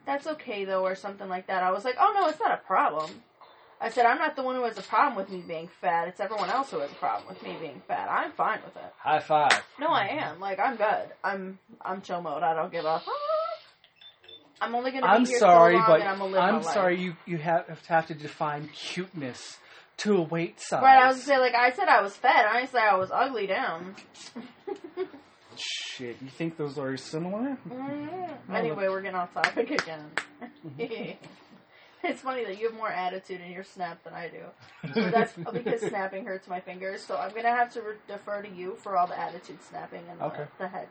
Speaker 2: that's okay though, or something like that. I was like, oh no, it's not a problem. I said, I'm not the one who has a problem with me being fat. It's everyone else who has a problem with me being fat. I'm fine with it.
Speaker 4: High five.
Speaker 2: No, I am. Like, I'm good. I'm I'm chill mode. I don't give a. I'm only gonna be
Speaker 1: I'm
Speaker 2: here
Speaker 1: sorry,
Speaker 2: so long
Speaker 1: but
Speaker 2: and I'm gonna live my
Speaker 1: I'm
Speaker 2: life.
Speaker 1: sorry you, you have, have to define cuteness to a weight size.
Speaker 2: Right, I was gonna say like I said I was fat. I didn't say I was ugly down.
Speaker 1: Shit, you think those are similar?
Speaker 2: Mm-hmm. Anyway, we're getting off topic again.
Speaker 1: Mm-hmm.
Speaker 2: it's funny that you have more attitude in your snap than I do. But that's because snapping hurts my fingers, so I'm gonna have to re- defer to you for all the attitude snapping and the,
Speaker 1: Okay.
Speaker 2: the head.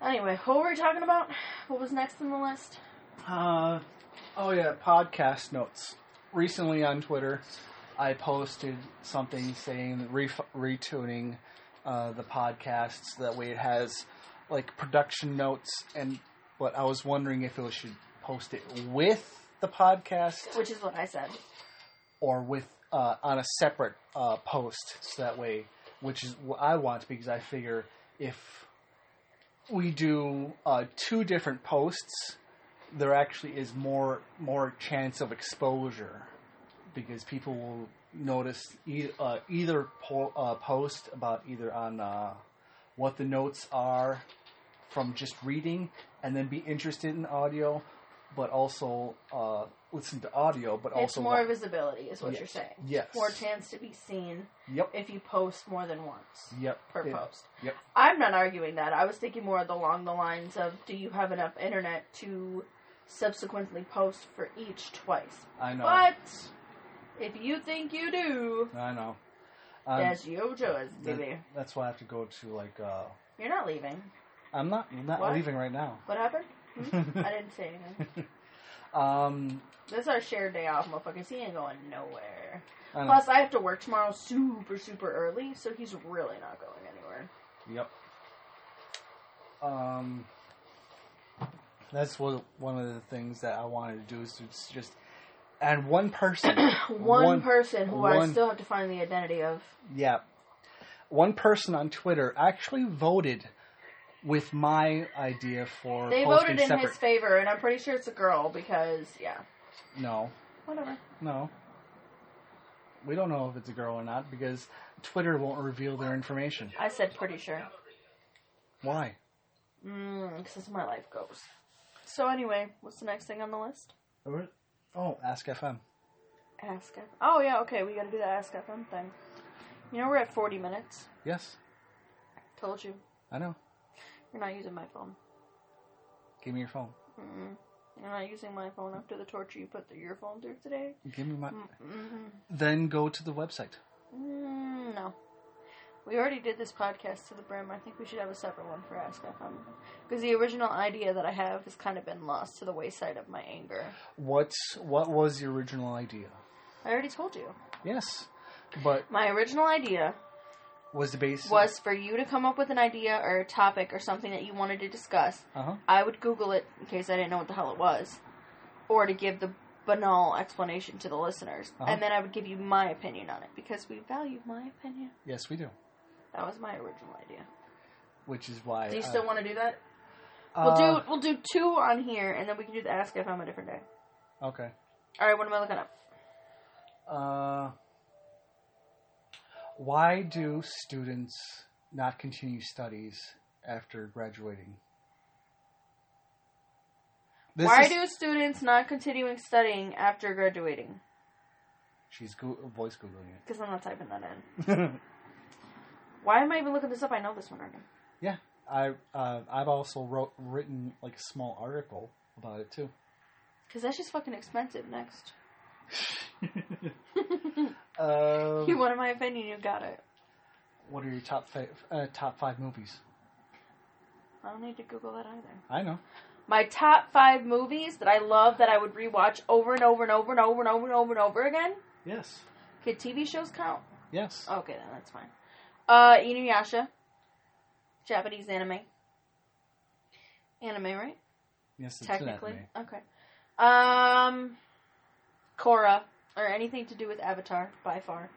Speaker 2: Anyway, what were we talking about? What was next in the list?
Speaker 1: Uh, oh yeah, podcast notes. Recently on Twitter, I posted something saying ref- retuning uh, the podcast so that way it has like production notes and. But I was wondering if it should post it with the podcast
Speaker 2: Which is what I said.
Speaker 1: or with uh, on a separate uh, post, so that way, which is what I want because I figure if we do uh, two different posts, there actually is more more chance of exposure because people will notice e- uh, either po- uh, post about either on uh, what the notes are from just reading and then be interested in audio, but also uh, listen to audio, but
Speaker 2: it's
Speaker 1: also
Speaker 2: more visibility, is what
Speaker 1: Yes.
Speaker 2: you're saying.
Speaker 1: Yes.
Speaker 2: More chance to be seen
Speaker 1: Yep.
Speaker 2: if you post more than once.
Speaker 1: Yep.
Speaker 2: per
Speaker 1: Yeah.
Speaker 2: post.
Speaker 1: Yep.
Speaker 2: I'm not arguing that. I was thinking more along the lines of do you have enough internet to subsequently post for each twice?
Speaker 1: I know.
Speaker 2: But if you think you do,
Speaker 1: I know. Um,
Speaker 2: that's your choice,
Speaker 1: that-
Speaker 2: baby.
Speaker 1: that's why I have to go to like. Uh,
Speaker 2: You're not leaving.
Speaker 1: I'm not. I'm not
Speaker 2: What?
Speaker 1: leaving right now.
Speaker 2: What happened? I didn't say anything.
Speaker 1: um,
Speaker 2: This is our shared day off, motherfuckers. He ain't going nowhere.
Speaker 1: I know.
Speaker 2: Plus, I have to work tomorrow super, super early, so he's really not going anywhere.
Speaker 1: Yep. Um, that's what one of the things that I wanted to do is to s- just, and one person,
Speaker 2: One,
Speaker 1: One-
Speaker 2: person who I
Speaker 1: one-
Speaker 2: still have to find the identity of.
Speaker 1: yeah, one person on Twitter actually voted with my idea for
Speaker 2: They
Speaker 1: posting
Speaker 2: voted in
Speaker 1: separate.
Speaker 2: his favor, and I'm pretty sure it's a girl because, yeah.
Speaker 1: no,
Speaker 2: Whatever.
Speaker 1: No. We don't know if it's a girl or not because Twitter won't reveal their information.
Speaker 2: I said pretty sure.
Speaker 1: Why?
Speaker 2: Mm, this is my life goes. So anyway, what's the next thing on the list?
Speaker 1: Oh, Ask FM.
Speaker 2: Ask F- Oh yeah, okay, we gotta do the Ask FM thing. You know we're at 40 minutes.
Speaker 1: Yes,
Speaker 2: Told you.
Speaker 1: I know.
Speaker 2: You're not using my phone.
Speaker 1: Give me your phone.
Speaker 2: Mm-mm. You're not using my phone after the torture you put through your phone through today.
Speaker 1: Give me my.
Speaker 2: Mm-mm.
Speaker 1: Then go to the website.
Speaker 2: Mm, no. We already did this podcast to the brim. I think we should have a separate one for Ask FM. Because the original idea that I have has kind of been lost to the wayside of my anger.
Speaker 1: What's what was your original idea?
Speaker 2: I already told you.
Speaker 1: Yes, but
Speaker 2: My original idea
Speaker 1: was the base
Speaker 2: was for you to come up with an idea or a topic or something that you wanted to discuss.
Speaker 1: uh huh
Speaker 2: I would Google it in case I didn't know what the hell it was, or to give the banal explanation to the listeners,
Speaker 1: Uh-huh.
Speaker 2: and then I would give you my opinion on it because we value my opinion.
Speaker 1: yes we do,
Speaker 2: That was my original idea.
Speaker 1: which is why.
Speaker 2: Do you
Speaker 1: uh,
Speaker 2: still want to do that?
Speaker 1: uh,
Speaker 2: we'll do we'll do two on here, and then we can do the ask if I'm a different day.
Speaker 1: Okay.
Speaker 2: All right, what am I looking up?
Speaker 1: Uh, why do students not continue studies after graduating? This
Speaker 2: Why
Speaker 1: is-
Speaker 2: do students not continuing studying after graduating?
Speaker 1: she's go- voice googling
Speaker 2: Because I'm not typing that in.
Speaker 1: it?
Speaker 2: Why am I even looking this up? I know this one already.
Speaker 1: I uh, I've also wrote written like a small article about it too.
Speaker 2: Because that's just fucking expensive. Next. You
Speaker 1: um,
Speaker 2: wanted my opinion, you got it.
Speaker 1: what are your top five uh, top five movies?
Speaker 2: I don't need to Google that either.
Speaker 1: I know.
Speaker 2: My top five movies that I love that I would rewatch over and over and over and over and over and over and over again.
Speaker 1: Yes.
Speaker 2: Could TV shows count?
Speaker 1: Yes.
Speaker 2: Okay, then that's fine. Uh, Inuyasha, Japanese anime. Anime, right?
Speaker 1: yes. It's an
Speaker 2: Technically,
Speaker 1: anime.
Speaker 2: okay. Um, Korra or anything to do with Avatar by far.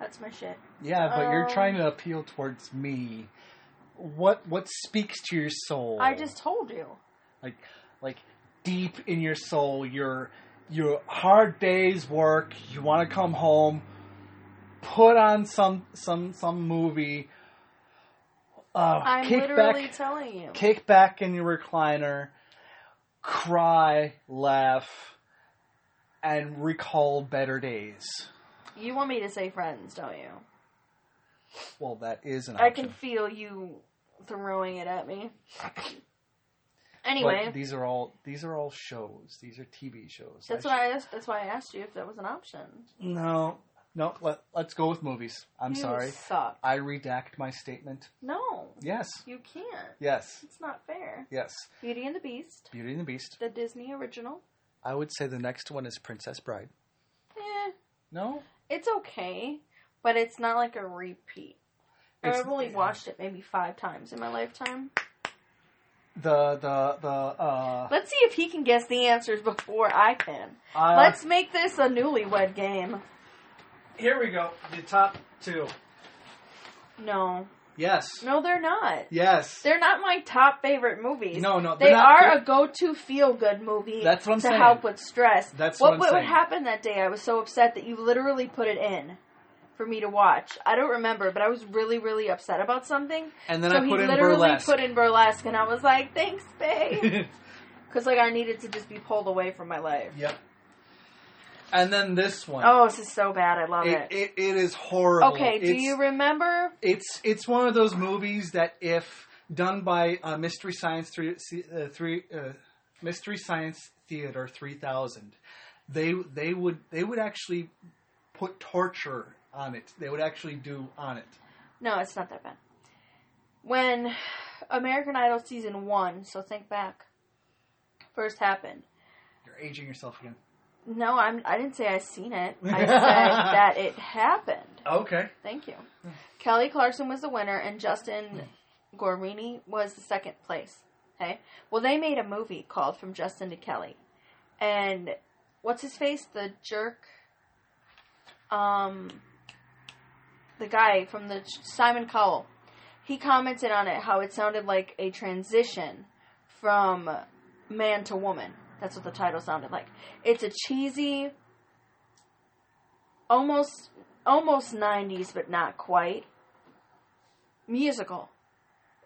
Speaker 2: That's my shit.
Speaker 1: Yeah, but you're
Speaker 2: Um,
Speaker 1: trying to appeal towards me what what speaks to your soul?
Speaker 2: I just told you.
Speaker 1: like like deep in your soul your your hard day's work you want to come home put on some some some movie uh,
Speaker 2: I'm
Speaker 1: kick
Speaker 2: literally
Speaker 1: back
Speaker 2: telling you.
Speaker 1: kick back in your recliner cry laugh and recall better days
Speaker 2: You want me to say friends, don't you?
Speaker 1: well that is an option.
Speaker 2: I can feel you throwing it at me. Anyway,
Speaker 1: but these are all these are all shows these are tv shows
Speaker 2: that's
Speaker 1: I
Speaker 2: why I asked, that's why I asked you if that was an option.
Speaker 1: No, no. Let, let's go with movies. I'm
Speaker 2: You
Speaker 1: sorry.
Speaker 2: Suck.
Speaker 1: I redact my statement.
Speaker 2: No,
Speaker 1: Yes,
Speaker 2: you can't.
Speaker 1: yes,
Speaker 2: It's not fair.
Speaker 1: yes.
Speaker 2: Beauty and the Beast,
Speaker 1: Beauty and the Beast.
Speaker 2: the Disney original.
Speaker 1: I would say the next one is Princess Bride.
Speaker 2: Eh,
Speaker 1: No,
Speaker 2: it's okay, but it's not like a repeat.
Speaker 1: It's-
Speaker 2: I've only watched it maybe five times in my lifetime.
Speaker 1: the the the. Uh,
Speaker 2: Let's see if he can guess the answers before I can.
Speaker 1: uh,
Speaker 2: Let's make this a newlywed game.
Speaker 1: Here we go. The top two.
Speaker 2: No,
Speaker 1: Yes.
Speaker 2: no, they're not.
Speaker 1: Yes.
Speaker 2: They're not my top favorite movies.
Speaker 1: no, no.
Speaker 2: They
Speaker 1: they're not-
Speaker 2: are
Speaker 1: they're-
Speaker 2: a go-to feel-good movie
Speaker 1: That's what I'm
Speaker 2: to
Speaker 1: saying.
Speaker 2: help with stress.
Speaker 1: That's
Speaker 2: what,
Speaker 1: what I'm
Speaker 2: what would
Speaker 1: saying.
Speaker 2: happen that day? I was so upset that you literally put it in for me to watch. I don't remember, but I was really, really upset about something.
Speaker 1: and then
Speaker 2: so
Speaker 1: I put
Speaker 2: he
Speaker 1: in
Speaker 2: literally
Speaker 1: burlesque.
Speaker 2: put in burlesque, and I was like, "Thanks, babe," because like I needed to just be pulled away from my life.
Speaker 1: yep. And then this one.
Speaker 2: Oh, this is so bad. I love
Speaker 1: It,
Speaker 2: it.
Speaker 1: it, it is horrible.
Speaker 2: Okay, do
Speaker 1: It's-
Speaker 2: you remember?
Speaker 1: it's it's one of those movies that if done by uh, Mystery Science three uh, three uh, Mystery Science Theater three thousand, they they would they would actually put torture on it. They would actually do on it.
Speaker 2: No, it's not that bad. When American Idol season one, so think back, first happened.
Speaker 1: You're aging yourself again.
Speaker 2: No, I'm. I didn't say I seen it. I said that it happened.
Speaker 1: Okay.
Speaker 2: Thank you. Kelly Clarkson was the winner, and Justin Guarini was the second place. Okay. Well, they made a movie called From Justin to Kelly, and what's his face? The jerk. Um. The guy from the Simon Cowell, he commented on it how it sounded like a transition from man to woman. That's what the title sounded like. It's a cheesy, almost almost 90s but not quite musical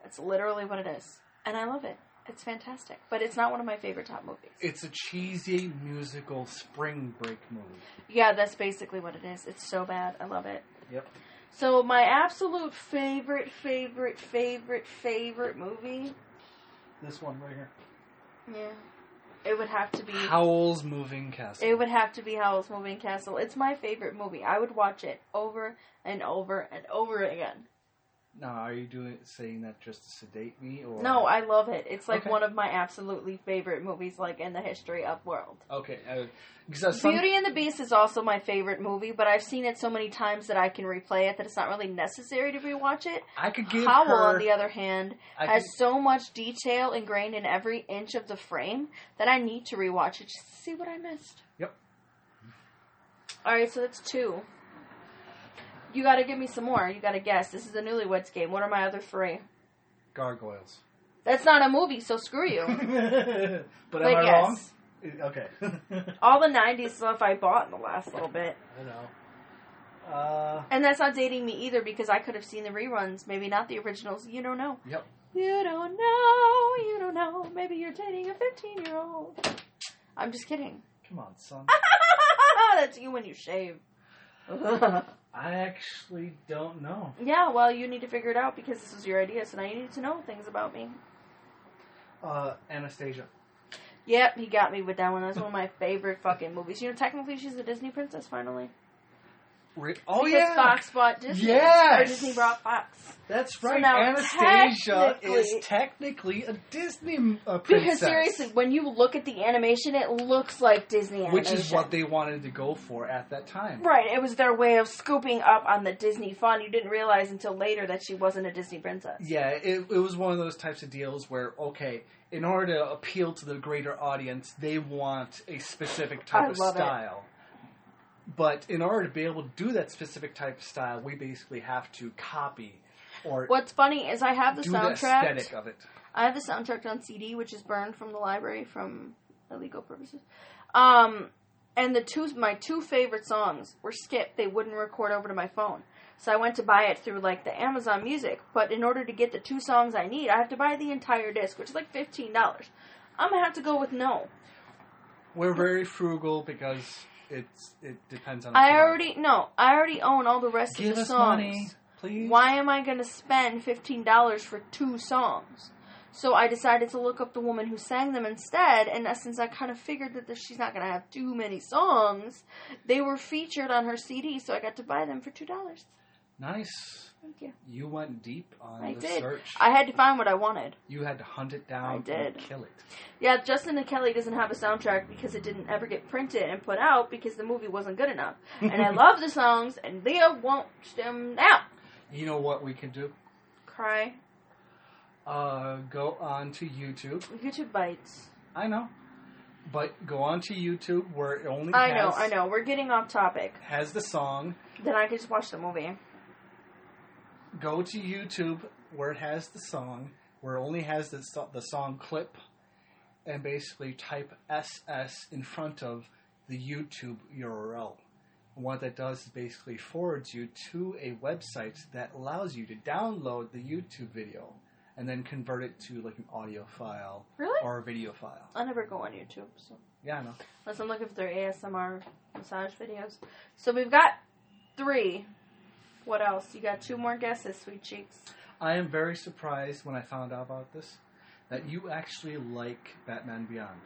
Speaker 2: that's literally what it is and i love it it's fantastic but it's not one of my favorite top movies
Speaker 1: It's a cheesy musical spring break movie.
Speaker 2: yeah that's basically what it is it's so bad i love it
Speaker 1: Yep.
Speaker 2: so my absolute favorite favorite favorite favorite movie
Speaker 1: This one right here.
Speaker 2: yeah it would have to be
Speaker 1: Howl's Moving Castle.
Speaker 2: it would have to be howl's moving castle it's my favorite movie i would watch it over and over and over again
Speaker 1: now, are you doing saying that just to sedate me or
Speaker 2: No, I love it. It's like
Speaker 1: Okay.
Speaker 2: one of my absolutely favorite movies, like in the history of world.
Speaker 1: Okay. Because some
Speaker 2: Beauty and the Beast is also my favorite movie, but I've seen it so many times that I can replay it that it's not really necessary to rewatch it.
Speaker 1: I could give
Speaker 2: Howl,
Speaker 1: her.
Speaker 2: on the other hand,
Speaker 1: I
Speaker 2: has
Speaker 1: could-
Speaker 2: so much detail ingrained in every inch of the frame that I need to rewatch it just to see what I missed.
Speaker 1: Yep.
Speaker 2: All right, so that's two. You got to give me some more. You got to guess. This is a Newlyweds game. What are my other three?
Speaker 1: Gargoyles.
Speaker 2: That's not a movie, so screw you.
Speaker 1: but am
Speaker 2: But
Speaker 1: I
Speaker 2: yes.
Speaker 1: wrong? Okay. I
Speaker 2: all the 90s stuff I bought in the last little bit.
Speaker 1: know. Uh,
Speaker 2: And that's not dating me either because I could have seen the reruns, maybe not the originals. You don't know.
Speaker 1: yep.
Speaker 2: You don't know. You don't know. Maybe you're dating a 15 year old. I'm just kidding.
Speaker 1: Come on, son.
Speaker 2: that's you when you shave.
Speaker 1: I actually don't know.
Speaker 2: yeah, well, you need to figure it out because this was your idea, so now you need to know things about me.
Speaker 1: Uh, Anastasia.
Speaker 2: Yep, he got me with that one. That's one of my favorite fucking movies. You know, technically, she's a Disney princess finally.
Speaker 1: Re- oh
Speaker 2: because
Speaker 1: yeah,
Speaker 2: Fox bought Disney.
Speaker 1: Yes!
Speaker 2: Or Disney bought Fox.
Speaker 1: that's
Speaker 2: So
Speaker 1: right.
Speaker 2: now
Speaker 1: Anastasia
Speaker 2: technically-
Speaker 1: is technically a Disney uh,
Speaker 2: Because
Speaker 1: princess.
Speaker 2: seriously, when you look at the animation, it looks like Disney animation.
Speaker 1: which is what they wanted to go for at that time.
Speaker 2: Right, it was their way of scooping up on the Disney fun. You didn't realize until later that she wasn't a Disney princess.
Speaker 1: Yeah, it, it was one of those types of deals where okay, in order to appeal to the greater audience, they want a specific type
Speaker 2: I
Speaker 1: of
Speaker 2: love it.
Speaker 1: style. But in order to be able to do that specific type of style, we basically have to copy Or
Speaker 2: What's funny is I have the
Speaker 1: do the
Speaker 2: soundtrack.
Speaker 1: aesthetic of it.
Speaker 2: I have the soundtrack on CD, which is burned from the library from illegal purposes. Um, and the two my two favorite songs were skipped. They wouldn't record over to my phone, so I went to buy it through like the Amazon Music. But in order to get the two songs I need, I have to buy the entire disc, which is like fifteen dollars. I'm gonna have to go with no.
Speaker 1: We're very frugal because it's it depends on.
Speaker 2: I
Speaker 1: us.
Speaker 2: already no. I already own all the rest
Speaker 1: give
Speaker 2: of the
Speaker 1: us
Speaker 2: songs.
Speaker 1: money, please.
Speaker 2: Why am I gonna spend fifteen dollars for two songs? So I decided to look up the woman who sang them instead. In essence, I kind of figured that this, she's not gonna have too many songs. They were featured on her CD, so I got to buy them for two dollars.
Speaker 1: Nice.
Speaker 2: Thank you.
Speaker 1: You went deep on
Speaker 2: I
Speaker 1: the
Speaker 2: did.
Speaker 1: search.
Speaker 2: I had to find what I wanted.
Speaker 1: you had to hunt it down.
Speaker 2: I did.
Speaker 1: And kill it.
Speaker 2: Yeah, Justin and Kelly doesn't have a soundtrack because it didn't ever get printed and put out because the movie wasn't good enough. And I love the songs, and Leah won't them out.
Speaker 1: You know what we can do?
Speaker 2: Cry.
Speaker 1: Uh, go on to YouTube.
Speaker 2: YouTube bites.
Speaker 1: I know, but go on to YouTube where it only
Speaker 2: I
Speaker 1: has,
Speaker 2: know, I know. We're getting off topic.
Speaker 1: has the song.
Speaker 2: Then I could just watch the movie.
Speaker 1: Go to YouTube where it has the song, where it only has the so- the song clip, and basically type SS in front of the YouTube URL. And what that does is basically forwards you to a website that allows you to download the YouTube video and then convert it to like an audio file
Speaker 2: Really?
Speaker 1: or a video file.
Speaker 2: I never go on YouTube, so
Speaker 1: Yeah, I know.
Speaker 2: unless I'm looking for their ASMR massage videos. So we've got three. What else? You got two more guesses, sweet cheeks.
Speaker 1: I am very surprised when I found out about this that you actually like Batman Beyond.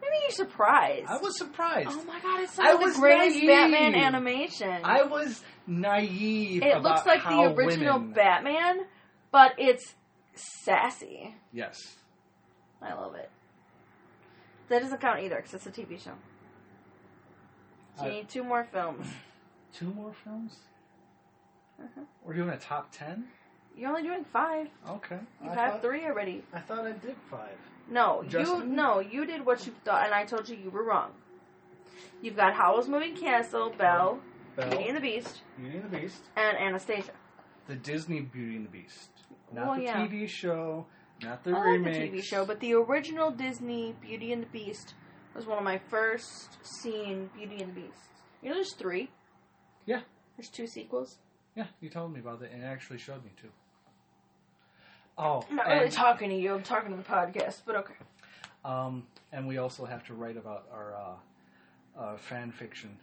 Speaker 2: Maybe you're surprised.
Speaker 1: I was surprised.
Speaker 2: Oh my god! It's some
Speaker 1: I
Speaker 2: of
Speaker 1: was
Speaker 2: the greatest
Speaker 1: naive.
Speaker 2: Batman animation.
Speaker 1: I was naive.
Speaker 2: it looks
Speaker 1: about
Speaker 2: like
Speaker 1: how
Speaker 2: the original
Speaker 1: women-
Speaker 2: Batman, but it's sassy.
Speaker 1: Yes,
Speaker 2: I love it. That doesn't count either because it's a TV show. So
Speaker 1: I-
Speaker 2: you need two more films.
Speaker 1: two more films.
Speaker 2: Uh-huh.
Speaker 1: We're doing a top ten.
Speaker 2: You're only doing five.
Speaker 1: Okay,
Speaker 2: You
Speaker 1: I
Speaker 2: have
Speaker 1: thought,
Speaker 2: three already.
Speaker 1: I thought I did five.
Speaker 2: No, you
Speaker 1: Justin?
Speaker 2: no, you did what you thought, and I told you you were wrong. You've got Howl's Moving Castle, Belle, Beauty and the Beast,
Speaker 1: Beauty and the Beast,
Speaker 2: and Anastasia.
Speaker 1: the Disney Beauty and the Beast, not
Speaker 2: Well,
Speaker 1: the
Speaker 2: yeah.
Speaker 1: TV show, not the
Speaker 2: I like
Speaker 1: remake.
Speaker 2: the TV show, but the original Disney Beauty and the Beast was one of my first seen Beauty and the Beast. You know, there's three.
Speaker 1: Yeah.
Speaker 2: There's two sequels.
Speaker 1: Yeah, you told me about it, and it actually showed me too. Oh,
Speaker 2: I'm not
Speaker 1: and-
Speaker 2: really talking to you. I'm talking to the podcast, but okay.
Speaker 1: Um, and we also have to write about our uh, uh, fan fiction,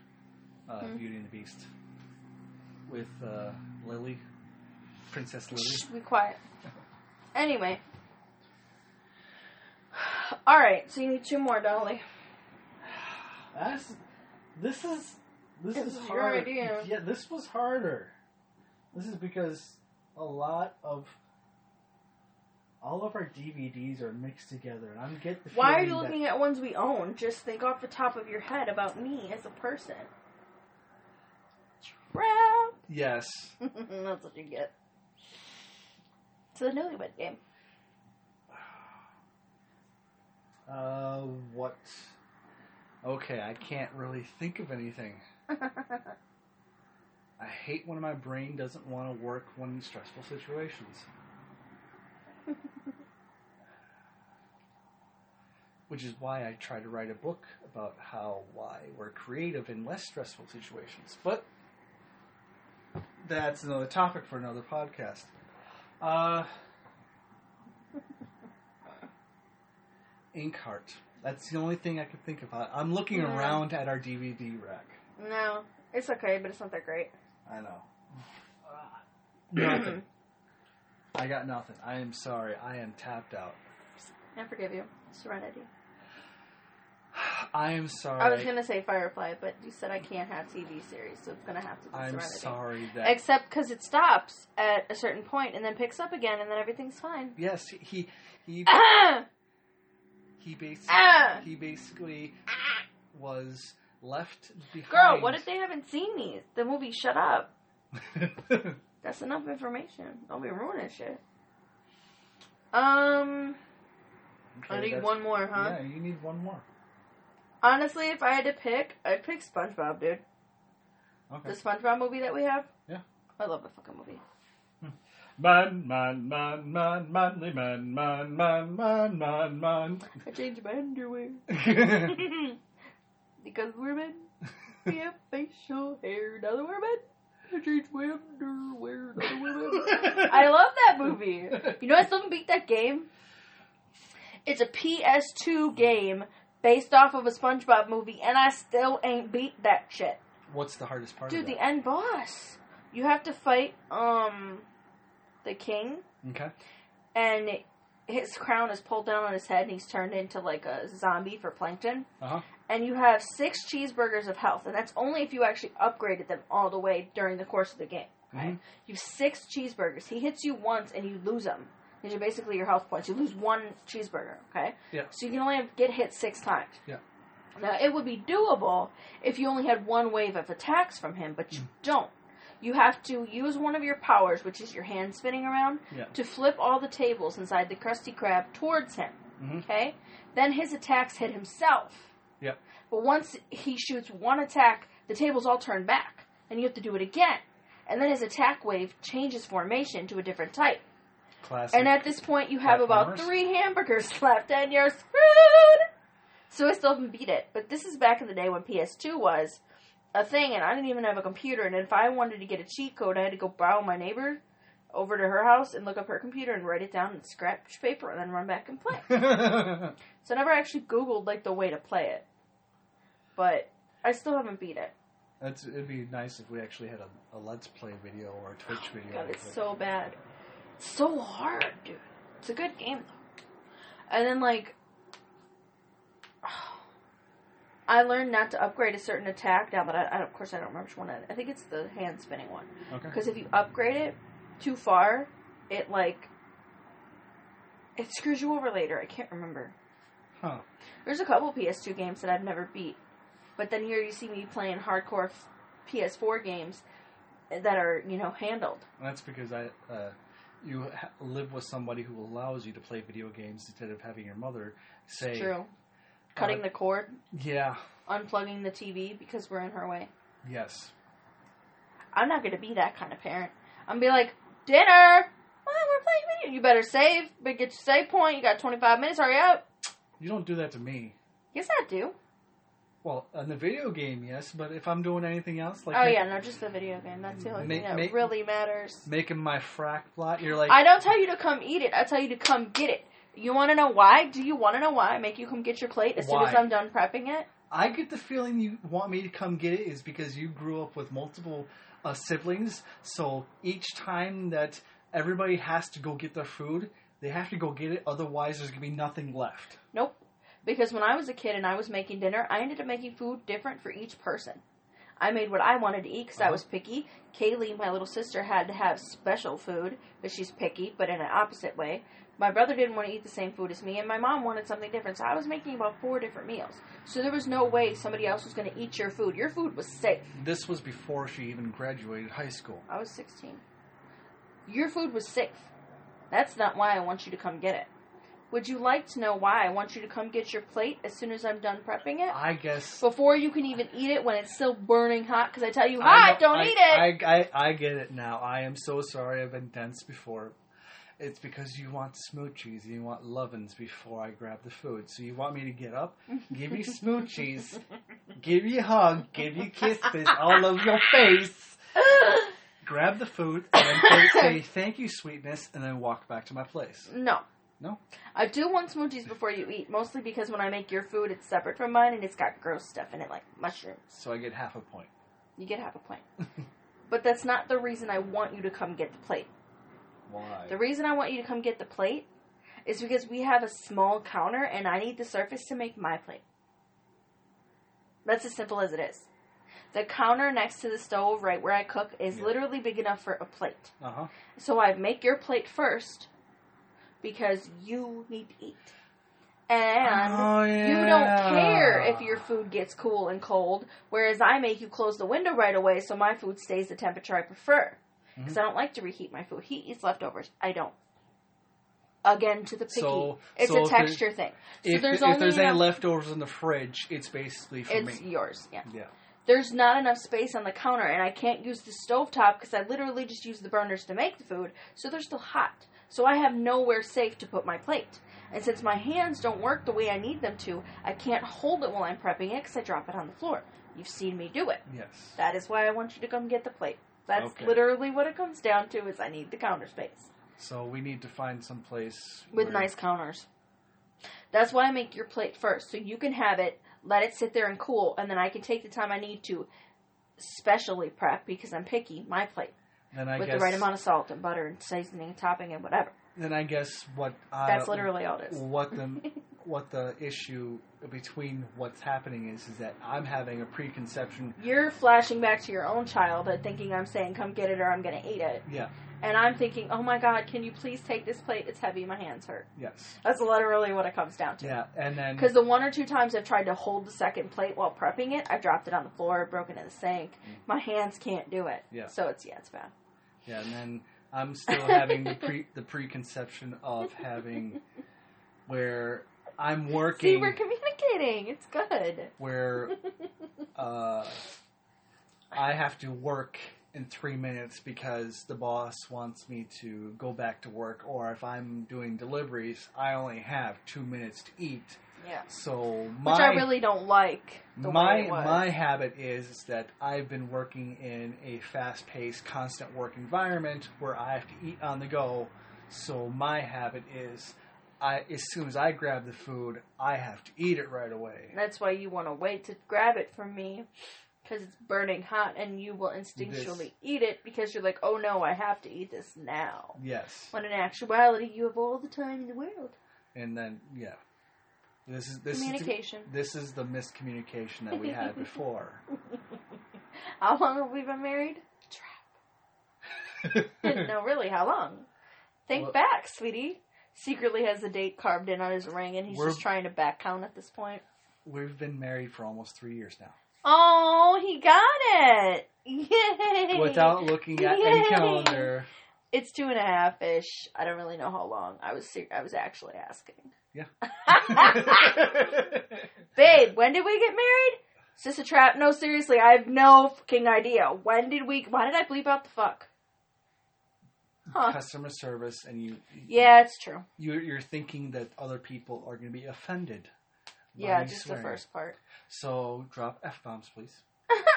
Speaker 1: uh,
Speaker 2: Hmm.
Speaker 1: Beauty and the Beast, with uh, Lily, Princess
Speaker 2: Shh,
Speaker 1: Lily.
Speaker 2: be quiet. Anyway. All right, so you need two more, Dolly.
Speaker 1: That's this is this
Speaker 2: It
Speaker 1: is
Speaker 2: was your
Speaker 1: hard.
Speaker 2: idea.
Speaker 1: Yeah, this was harder. This is because a lot of all of our DVDs are mixed together, and I'm get the
Speaker 2: Why are
Speaker 1: feeling
Speaker 2: you
Speaker 1: that-
Speaker 2: looking at ones we own? Just think off the top of your head about me as a person. Trap.
Speaker 1: Yes,
Speaker 2: That's what you get. It's the newlywed game.
Speaker 1: uh, what? Okay, I can't really think of anything. I hate when my brain doesn't want to work when in stressful situations. Which is why I try to write a book about how why we're creative in less stressful situations. But that's another topic for another podcast. Uh, Inkheart. That's the only thing I could think about. I'm looking
Speaker 2: Yeah.
Speaker 1: around at our DVD rack.
Speaker 2: no, it's okay, but it's not that great.
Speaker 1: I know. nothing. I got nothing. I am sorry. I am tapped out.
Speaker 2: I forgive you. Serenity.
Speaker 1: I am sorry.
Speaker 2: I was gonna say Firefly, but you said I can't have TV series, so it's gonna have to be
Speaker 1: I'm
Speaker 2: Serenity.
Speaker 1: sorry that.
Speaker 2: Except because it stops at a certain point and then picks up again, and then everything's fine.
Speaker 1: yes, he he he basically
Speaker 2: Ah!
Speaker 1: he basically
Speaker 2: Ah!
Speaker 1: was left behind.
Speaker 2: Girl, what if they haven't seen these? The movie Shut Up. That's enough information. Don't be ruining shit. Um, I
Speaker 1: Okay,
Speaker 2: need
Speaker 1: that's-
Speaker 2: one more, huh?
Speaker 1: Yeah, you need one more.
Speaker 2: Honestly, if I had to pick, I'd pick SpongeBob, dude.
Speaker 1: Okay.
Speaker 2: The SpongeBob movie that we have.
Speaker 1: Yeah.
Speaker 2: I love the fucking movie.
Speaker 4: Man, man, man, man, manly man, man, man, man, man, man.
Speaker 2: I changed my underwear. because we're men. We have facial hair. Now that we're men. I changed my underwear. Now that we're men. I love that movie. You know I still haven't beat that game? It's a PS2 game based off of a SpongeBob movie, and I still ain't beat that shit.
Speaker 1: What's the hardest part
Speaker 2: Dude,
Speaker 1: of
Speaker 2: the
Speaker 1: that?
Speaker 2: end boss. You have to fight um the king
Speaker 1: okay.
Speaker 2: and his crown is pulled down on his head and he's turned into like a zombie for plankton.
Speaker 1: Uh-huh.
Speaker 2: And you have six cheeseburgers of health, and that's only if you actually upgraded them all the way during the course of the game.
Speaker 1: Mhm.
Speaker 2: You have six cheeseburgers. He hits you once and you lose them. These are basically your health points. You lose one cheeseburger, okay?
Speaker 1: Yeah.
Speaker 2: So you can only have- get hit six times.
Speaker 1: Yeah.
Speaker 2: Now, it would be doable if you only had one wave of attacks from him, but
Speaker 1: Mm.
Speaker 2: you don't. You have to use one of your powers, which is your hand spinning around,
Speaker 1: Yeah.
Speaker 2: to flip all the tables inside the Krusty Krab towards him,
Speaker 1: Mhm.
Speaker 2: okay? Then his attacks hit himself.
Speaker 1: Yep.
Speaker 2: But once he shoots one attack, the tables all turn back, and you have to do it again. And then his attack wave changes formation to a different type.
Speaker 1: Classic.
Speaker 2: And at this point, you have about
Speaker 1: Platformers?
Speaker 2: three hamburgers left, and you're screwed. So I still haven't beat it. But this is back in the day when PS2 was a thing, and I didn't even have a computer. And if I wanted to get a cheat code, I had to go borrow my neighbor over to her house and look up her computer and write it down in scratch paper, and then run back and play. so I never actually Googled like the way to play it. But I still haven't beat it.
Speaker 1: That's, it'd be nice if we actually had a, a Let's Play video or a Twitch video.
Speaker 2: God,
Speaker 1: of
Speaker 2: it's
Speaker 1: it.
Speaker 2: so bad. It's so hard, dude. It's a good game though. And then like I learned not to upgrade a certain attack now, but I, I of course I don't remember which one. I, I think it's the hand spinning one
Speaker 1: Okay.
Speaker 2: because if you upgrade it too far, it like it screws you over later. I can't remember.
Speaker 1: Huh.
Speaker 2: There's a couple PS2 games that I've never beat, but then here you see me playing hardcore f- PS4 games that are you know handled.
Speaker 1: That's because I, uh, you ha- live with somebody who allows you to play video games instead of having your mother say,
Speaker 2: True. Cutting
Speaker 1: Uh,
Speaker 2: the cord,
Speaker 1: "Yeah,
Speaker 2: unplugging the TV because we're in her way.
Speaker 1: yes,
Speaker 2: I'm not going to be that kind of parent. I'm going to be like, dinner! Mom, we're playing video. You better save, but get your save point. You got 25 minutes, hurry up.
Speaker 1: you don't do that to me."
Speaker 2: Yes, I do.
Speaker 1: Well, in the video game, yes, but if I'm doing anything else, like
Speaker 2: oh,
Speaker 1: make-
Speaker 2: yeah, no, just the video game. That's the only
Speaker 1: Make-
Speaker 2: thing that
Speaker 1: make-
Speaker 2: really matters.
Speaker 1: making my frack plot, you're like,
Speaker 2: I don't tell you to come eat it. I tell you to come get it. You want to know why? Do you want to know why I make you come get your plate as soon as
Speaker 1: Why?
Speaker 2: I'm done prepping it?
Speaker 1: I get the feeling you want me to come get it is because you grew up with multiple uh, siblings. So each time that everybody has to go get their food, they have to go get it. Otherwise, there's gonna be nothing left.
Speaker 2: Nope. Because when I was a kid and I was making dinner, I ended up making food different for each person. I made what I wanted to eat because I was picky. Kaylee, my little sister, had to have special food because she's picky, but in an opposite way. My brother didn't want to eat the same food as me, and my mom wanted something different. So I was making about four different meals. So there was no way somebody else was going to eat your food. Your food was safe.
Speaker 1: This was before she even graduated high school.
Speaker 2: I was 16. Your food was safe. That's not why I want you to come get it. Would you like to know why I want you to come get your plate as soon as I'm done prepping it?
Speaker 1: I guess.
Speaker 2: before you can even eat it when it's still burning hot because I tell you,
Speaker 1: I
Speaker 2: hot,
Speaker 1: know-
Speaker 2: don't
Speaker 1: I-
Speaker 2: eat it.
Speaker 1: I, I, I get it now. I am so sorry. I've been dense before. It's because you want smoochies and you want lovin's before I grab the food. So you want me to get up, give you smoochies, give you a hug, give you kisses all over your face, grab the food, and then say thank you, sweetness, and then walk back to my place.
Speaker 2: no.
Speaker 1: No?
Speaker 2: I do want smoothies before you eat, mostly because when I make your food, it's separate from mine and it's got gross stuff in it, like mushrooms.
Speaker 1: So I get half a point.
Speaker 2: You get half a point. but that's not the reason I want you to come get the plate.
Speaker 1: Why?
Speaker 2: The reason I want you to come get the plate is because we have a small counter and I need the surface to make my plate. That's as simple as it is. The counter next to the stove, right where I cook, is
Speaker 1: Yeah.
Speaker 2: literally big enough for a plate.
Speaker 1: Uh huh.
Speaker 2: So I make your plate first because you need to eat. And
Speaker 1: Oh,
Speaker 2: you don't
Speaker 1: yeah.
Speaker 2: care if your food gets cool and cold, whereas I make you close the window right away so my food stays the temperature I prefer.
Speaker 1: Mm-hmm.
Speaker 2: Because I don't like to reheat my food. He eats leftovers. I don't. Again, to the picky.
Speaker 1: So-
Speaker 2: it's
Speaker 1: so
Speaker 2: a
Speaker 1: if there-
Speaker 2: texture thing. So
Speaker 1: if
Speaker 2: there's
Speaker 1: if
Speaker 2: only
Speaker 1: there's any
Speaker 2: enough-
Speaker 1: leftovers in the fridge, it's basically for
Speaker 2: It's
Speaker 1: me.
Speaker 2: yours, yeah.
Speaker 1: Yeah.
Speaker 2: there's not enough space on the counter and I can't use the stovetop because I literally just use the burners to make the food, so they're still hot. So I have nowhere safe to put my plate. And since my hands don't work the way I need them to, I can't hold it while I'm prepping it because I drop it on the floor. You've seen me do it.
Speaker 1: Yes.
Speaker 2: That is why I want you to come get the plate. That's
Speaker 1: Okay.
Speaker 2: literally what it comes down to is I need the counter space
Speaker 1: So we need to find some place
Speaker 2: with nice counters. That's why I make your plate first, so you can have it, let it sit there and cool, and then I can take the time I need to specially prep because I'm picky. My plate
Speaker 1: Then I
Speaker 2: with
Speaker 1: guess.
Speaker 2: the right amount of salt and butter and seasoning and topping and whatever.
Speaker 1: Then I guess what. I,
Speaker 2: That's literally all it is.
Speaker 1: what the what the issue between what's happening is is that I'm having a preconception.
Speaker 2: You're flashing back to your own childhood, thinking I'm saying, "Come get it," or "I'm gonna eat it,"
Speaker 1: Yeah.
Speaker 2: and I'm thinking, "Oh my God, can you please take this plate? It's heavy. My hands hurt."
Speaker 1: Yes.
Speaker 2: That's literally what it comes down to.
Speaker 1: Yeah, and then
Speaker 2: Because the one or two times I've tried to hold the second plate while prepping it, I've dropped it on the floor, broken in the sink. My hands can't do it.
Speaker 1: Mm. Yeah.
Speaker 2: So it's yeah, it's bad.
Speaker 1: yeah, and then I'm still having the pre the preconception of having where I'm
Speaker 2: See,
Speaker 1: working
Speaker 2: we're communicating. It's good.
Speaker 1: where uh, I have to work in three minutes because the boss wants me to go back to work, or if I'm doing deliveries, I only have two minutes to eat.
Speaker 2: Yeah.
Speaker 1: So my
Speaker 2: Which I really don't like. The way
Speaker 1: my
Speaker 2: it was.
Speaker 1: my habit is that I've been working in a fast paced, constant work environment where I have to eat on the go. So my habit is, I as soon as I grab the food, I have to eat it right away.
Speaker 2: That's why you want to wait to grab it from me, because it's burning hot, and you will instinctually eat it because you're like, oh no, I have to eat this now.
Speaker 1: Yes,
Speaker 2: When in actuality, you have all the time in the world.
Speaker 1: and then yeah, this is this is the,
Speaker 2: Communication.
Speaker 1: this is the miscommunication that we had before.
Speaker 2: How long have we been married? no, really, how long? Think
Speaker 1: Well-
Speaker 2: back, sweetie. Secretly has the date carved in on his ring, and he's
Speaker 1: We're-
Speaker 2: just trying to back count at this point.
Speaker 1: We've been married for almost three years now
Speaker 2: Oh, he got it! Yay!
Speaker 1: without looking at any
Speaker 2: Yay.
Speaker 1: calendar.
Speaker 2: it's two and a half ish. I don't really know how long. I was ser- I was actually asking, babe. When did we get married? Is this a trap? No, seriously, I have no fucking idea. When did we? Why did I bleep out the fuck? Huh?
Speaker 1: Customer service, and you
Speaker 2: Yeah, it's true.
Speaker 1: you're, you're thinking that other people are going to be offended. by
Speaker 2: Yeah,
Speaker 1: me
Speaker 2: just
Speaker 1: swearing.
Speaker 2: the first part.
Speaker 1: So drop f bombs, please.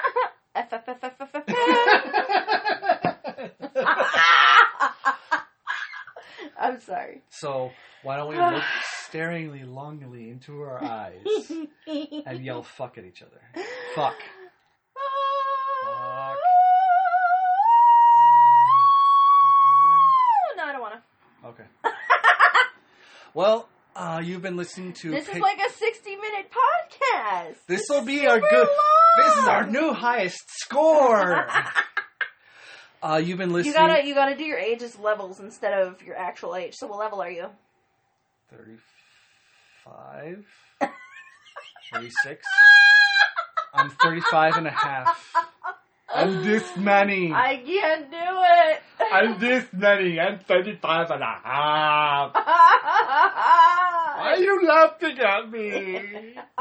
Speaker 2: F F F F F F. F. I'm sorry.
Speaker 1: so why don't we look staringly, longingly into her eyes and yell "fuck" at each other? Fuck. Fuck.
Speaker 2: No, I don't want to.
Speaker 1: Okay. Well, uh, you've been listening to.
Speaker 2: This is like a 60 minute podcast.
Speaker 1: this will be our
Speaker 2: super
Speaker 1: good.
Speaker 2: long.
Speaker 1: This is our new highest score. uh, you've been
Speaker 2: You
Speaker 1: listening.
Speaker 2: gotta you gotta do your age as levels instead of your actual age. So what level are you?
Speaker 1: 35 36 i'm 35 and a half i'm this many
Speaker 2: I can't do it.
Speaker 4: I'm this many. I'm 35 and a half. Why are you laughing at me?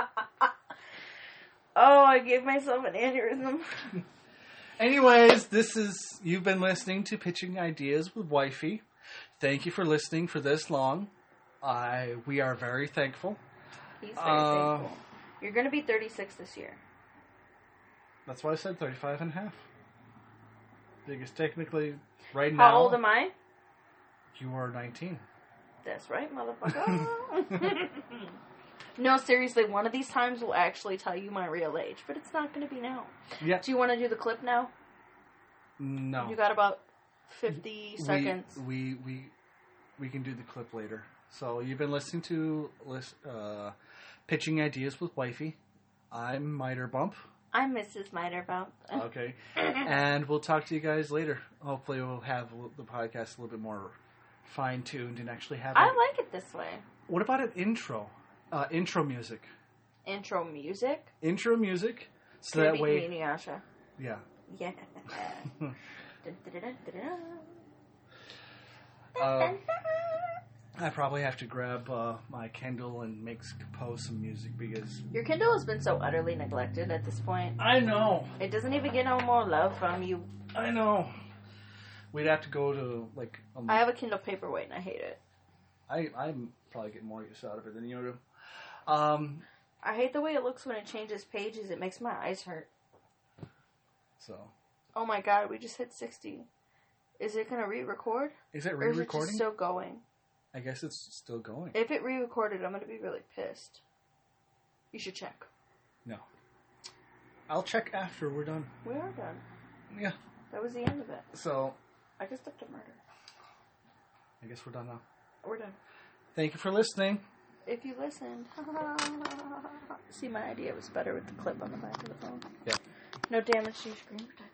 Speaker 2: oh, I gave myself an aneurysm.
Speaker 1: anyways this is you've been listening to pitching ideas with wifey thank you for listening for this long i we are very thankful
Speaker 2: He's very
Speaker 1: Uh,
Speaker 2: thankful. You're gonna be 36 this year.
Speaker 1: that's why i said 35 and a half because technically right now
Speaker 2: How old am I?
Speaker 1: you are 19
Speaker 2: That's right, motherfucker. no, seriously, one of these times will actually tell you my real age, but it's not going to be now.
Speaker 1: yeah
Speaker 2: Do you want to do the clip now?
Speaker 1: no
Speaker 2: You got about 50
Speaker 1: we-
Speaker 2: seconds.
Speaker 1: We we we can do the clip later. So you've been listening to lis- uh, pitching ideas with wifey. I'm Miter Bump.
Speaker 2: I'm Mrs. Miter Bump.
Speaker 1: Okay, and we'll talk to you guys later. Hopefully, we'll have l- the podcast a little bit more fine tuned and actually have. a-
Speaker 2: I like it this way.
Speaker 1: what about an intro? Uh, intro music.
Speaker 2: Intro music.
Speaker 1: Intro music. So
Speaker 2: Could
Speaker 1: that
Speaker 2: be
Speaker 1: way,
Speaker 2: me, Nyasha.
Speaker 1: yeah.
Speaker 2: Yeah. Dun, dun, dun, dun, dun.
Speaker 1: Uh, I probably have to grab uh, my Kindle and make s- compose some music because
Speaker 2: Your Kindle has been so utterly neglected at this point.
Speaker 1: I know,
Speaker 2: It doesn't even get no more love from you.
Speaker 1: I know. We'd have to go to like um,
Speaker 2: I
Speaker 1: I,
Speaker 2: have a Kindle Paperweight and I hate it.
Speaker 1: I I'm probably getting more use out of it than you do. Um,
Speaker 2: I hate the way it looks when it changes pages. It makes my eyes hurt.
Speaker 1: so
Speaker 2: Oh my god, we just hit 60. Is it gonna re-record?
Speaker 1: is it
Speaker 2: Or is it
Speaker 1: re-recording?
Speaker 2: just still going?
Speaker 1: I guess it's still going.
Speaker 2: If it re-recorded, I'm gonna be really pissed. You should check.
Speaker 1: no, I'll check after we're done.
Speaker 2: We are done.
Speaker 1: Yeah.
Speaker 2: That was the end of it.
Speaker 1: So
Speaker 2: I just up to murder.
Speaker 1: I guess we're done now.
Speaker 2: We're done.
Speaker 1: Thank you for listening.
Speaker 2: If you listened, see, my idea was better with the clip on the back of the phone.
Speaker 1: Yeah.
Speaker 2: No damage to your screen protection.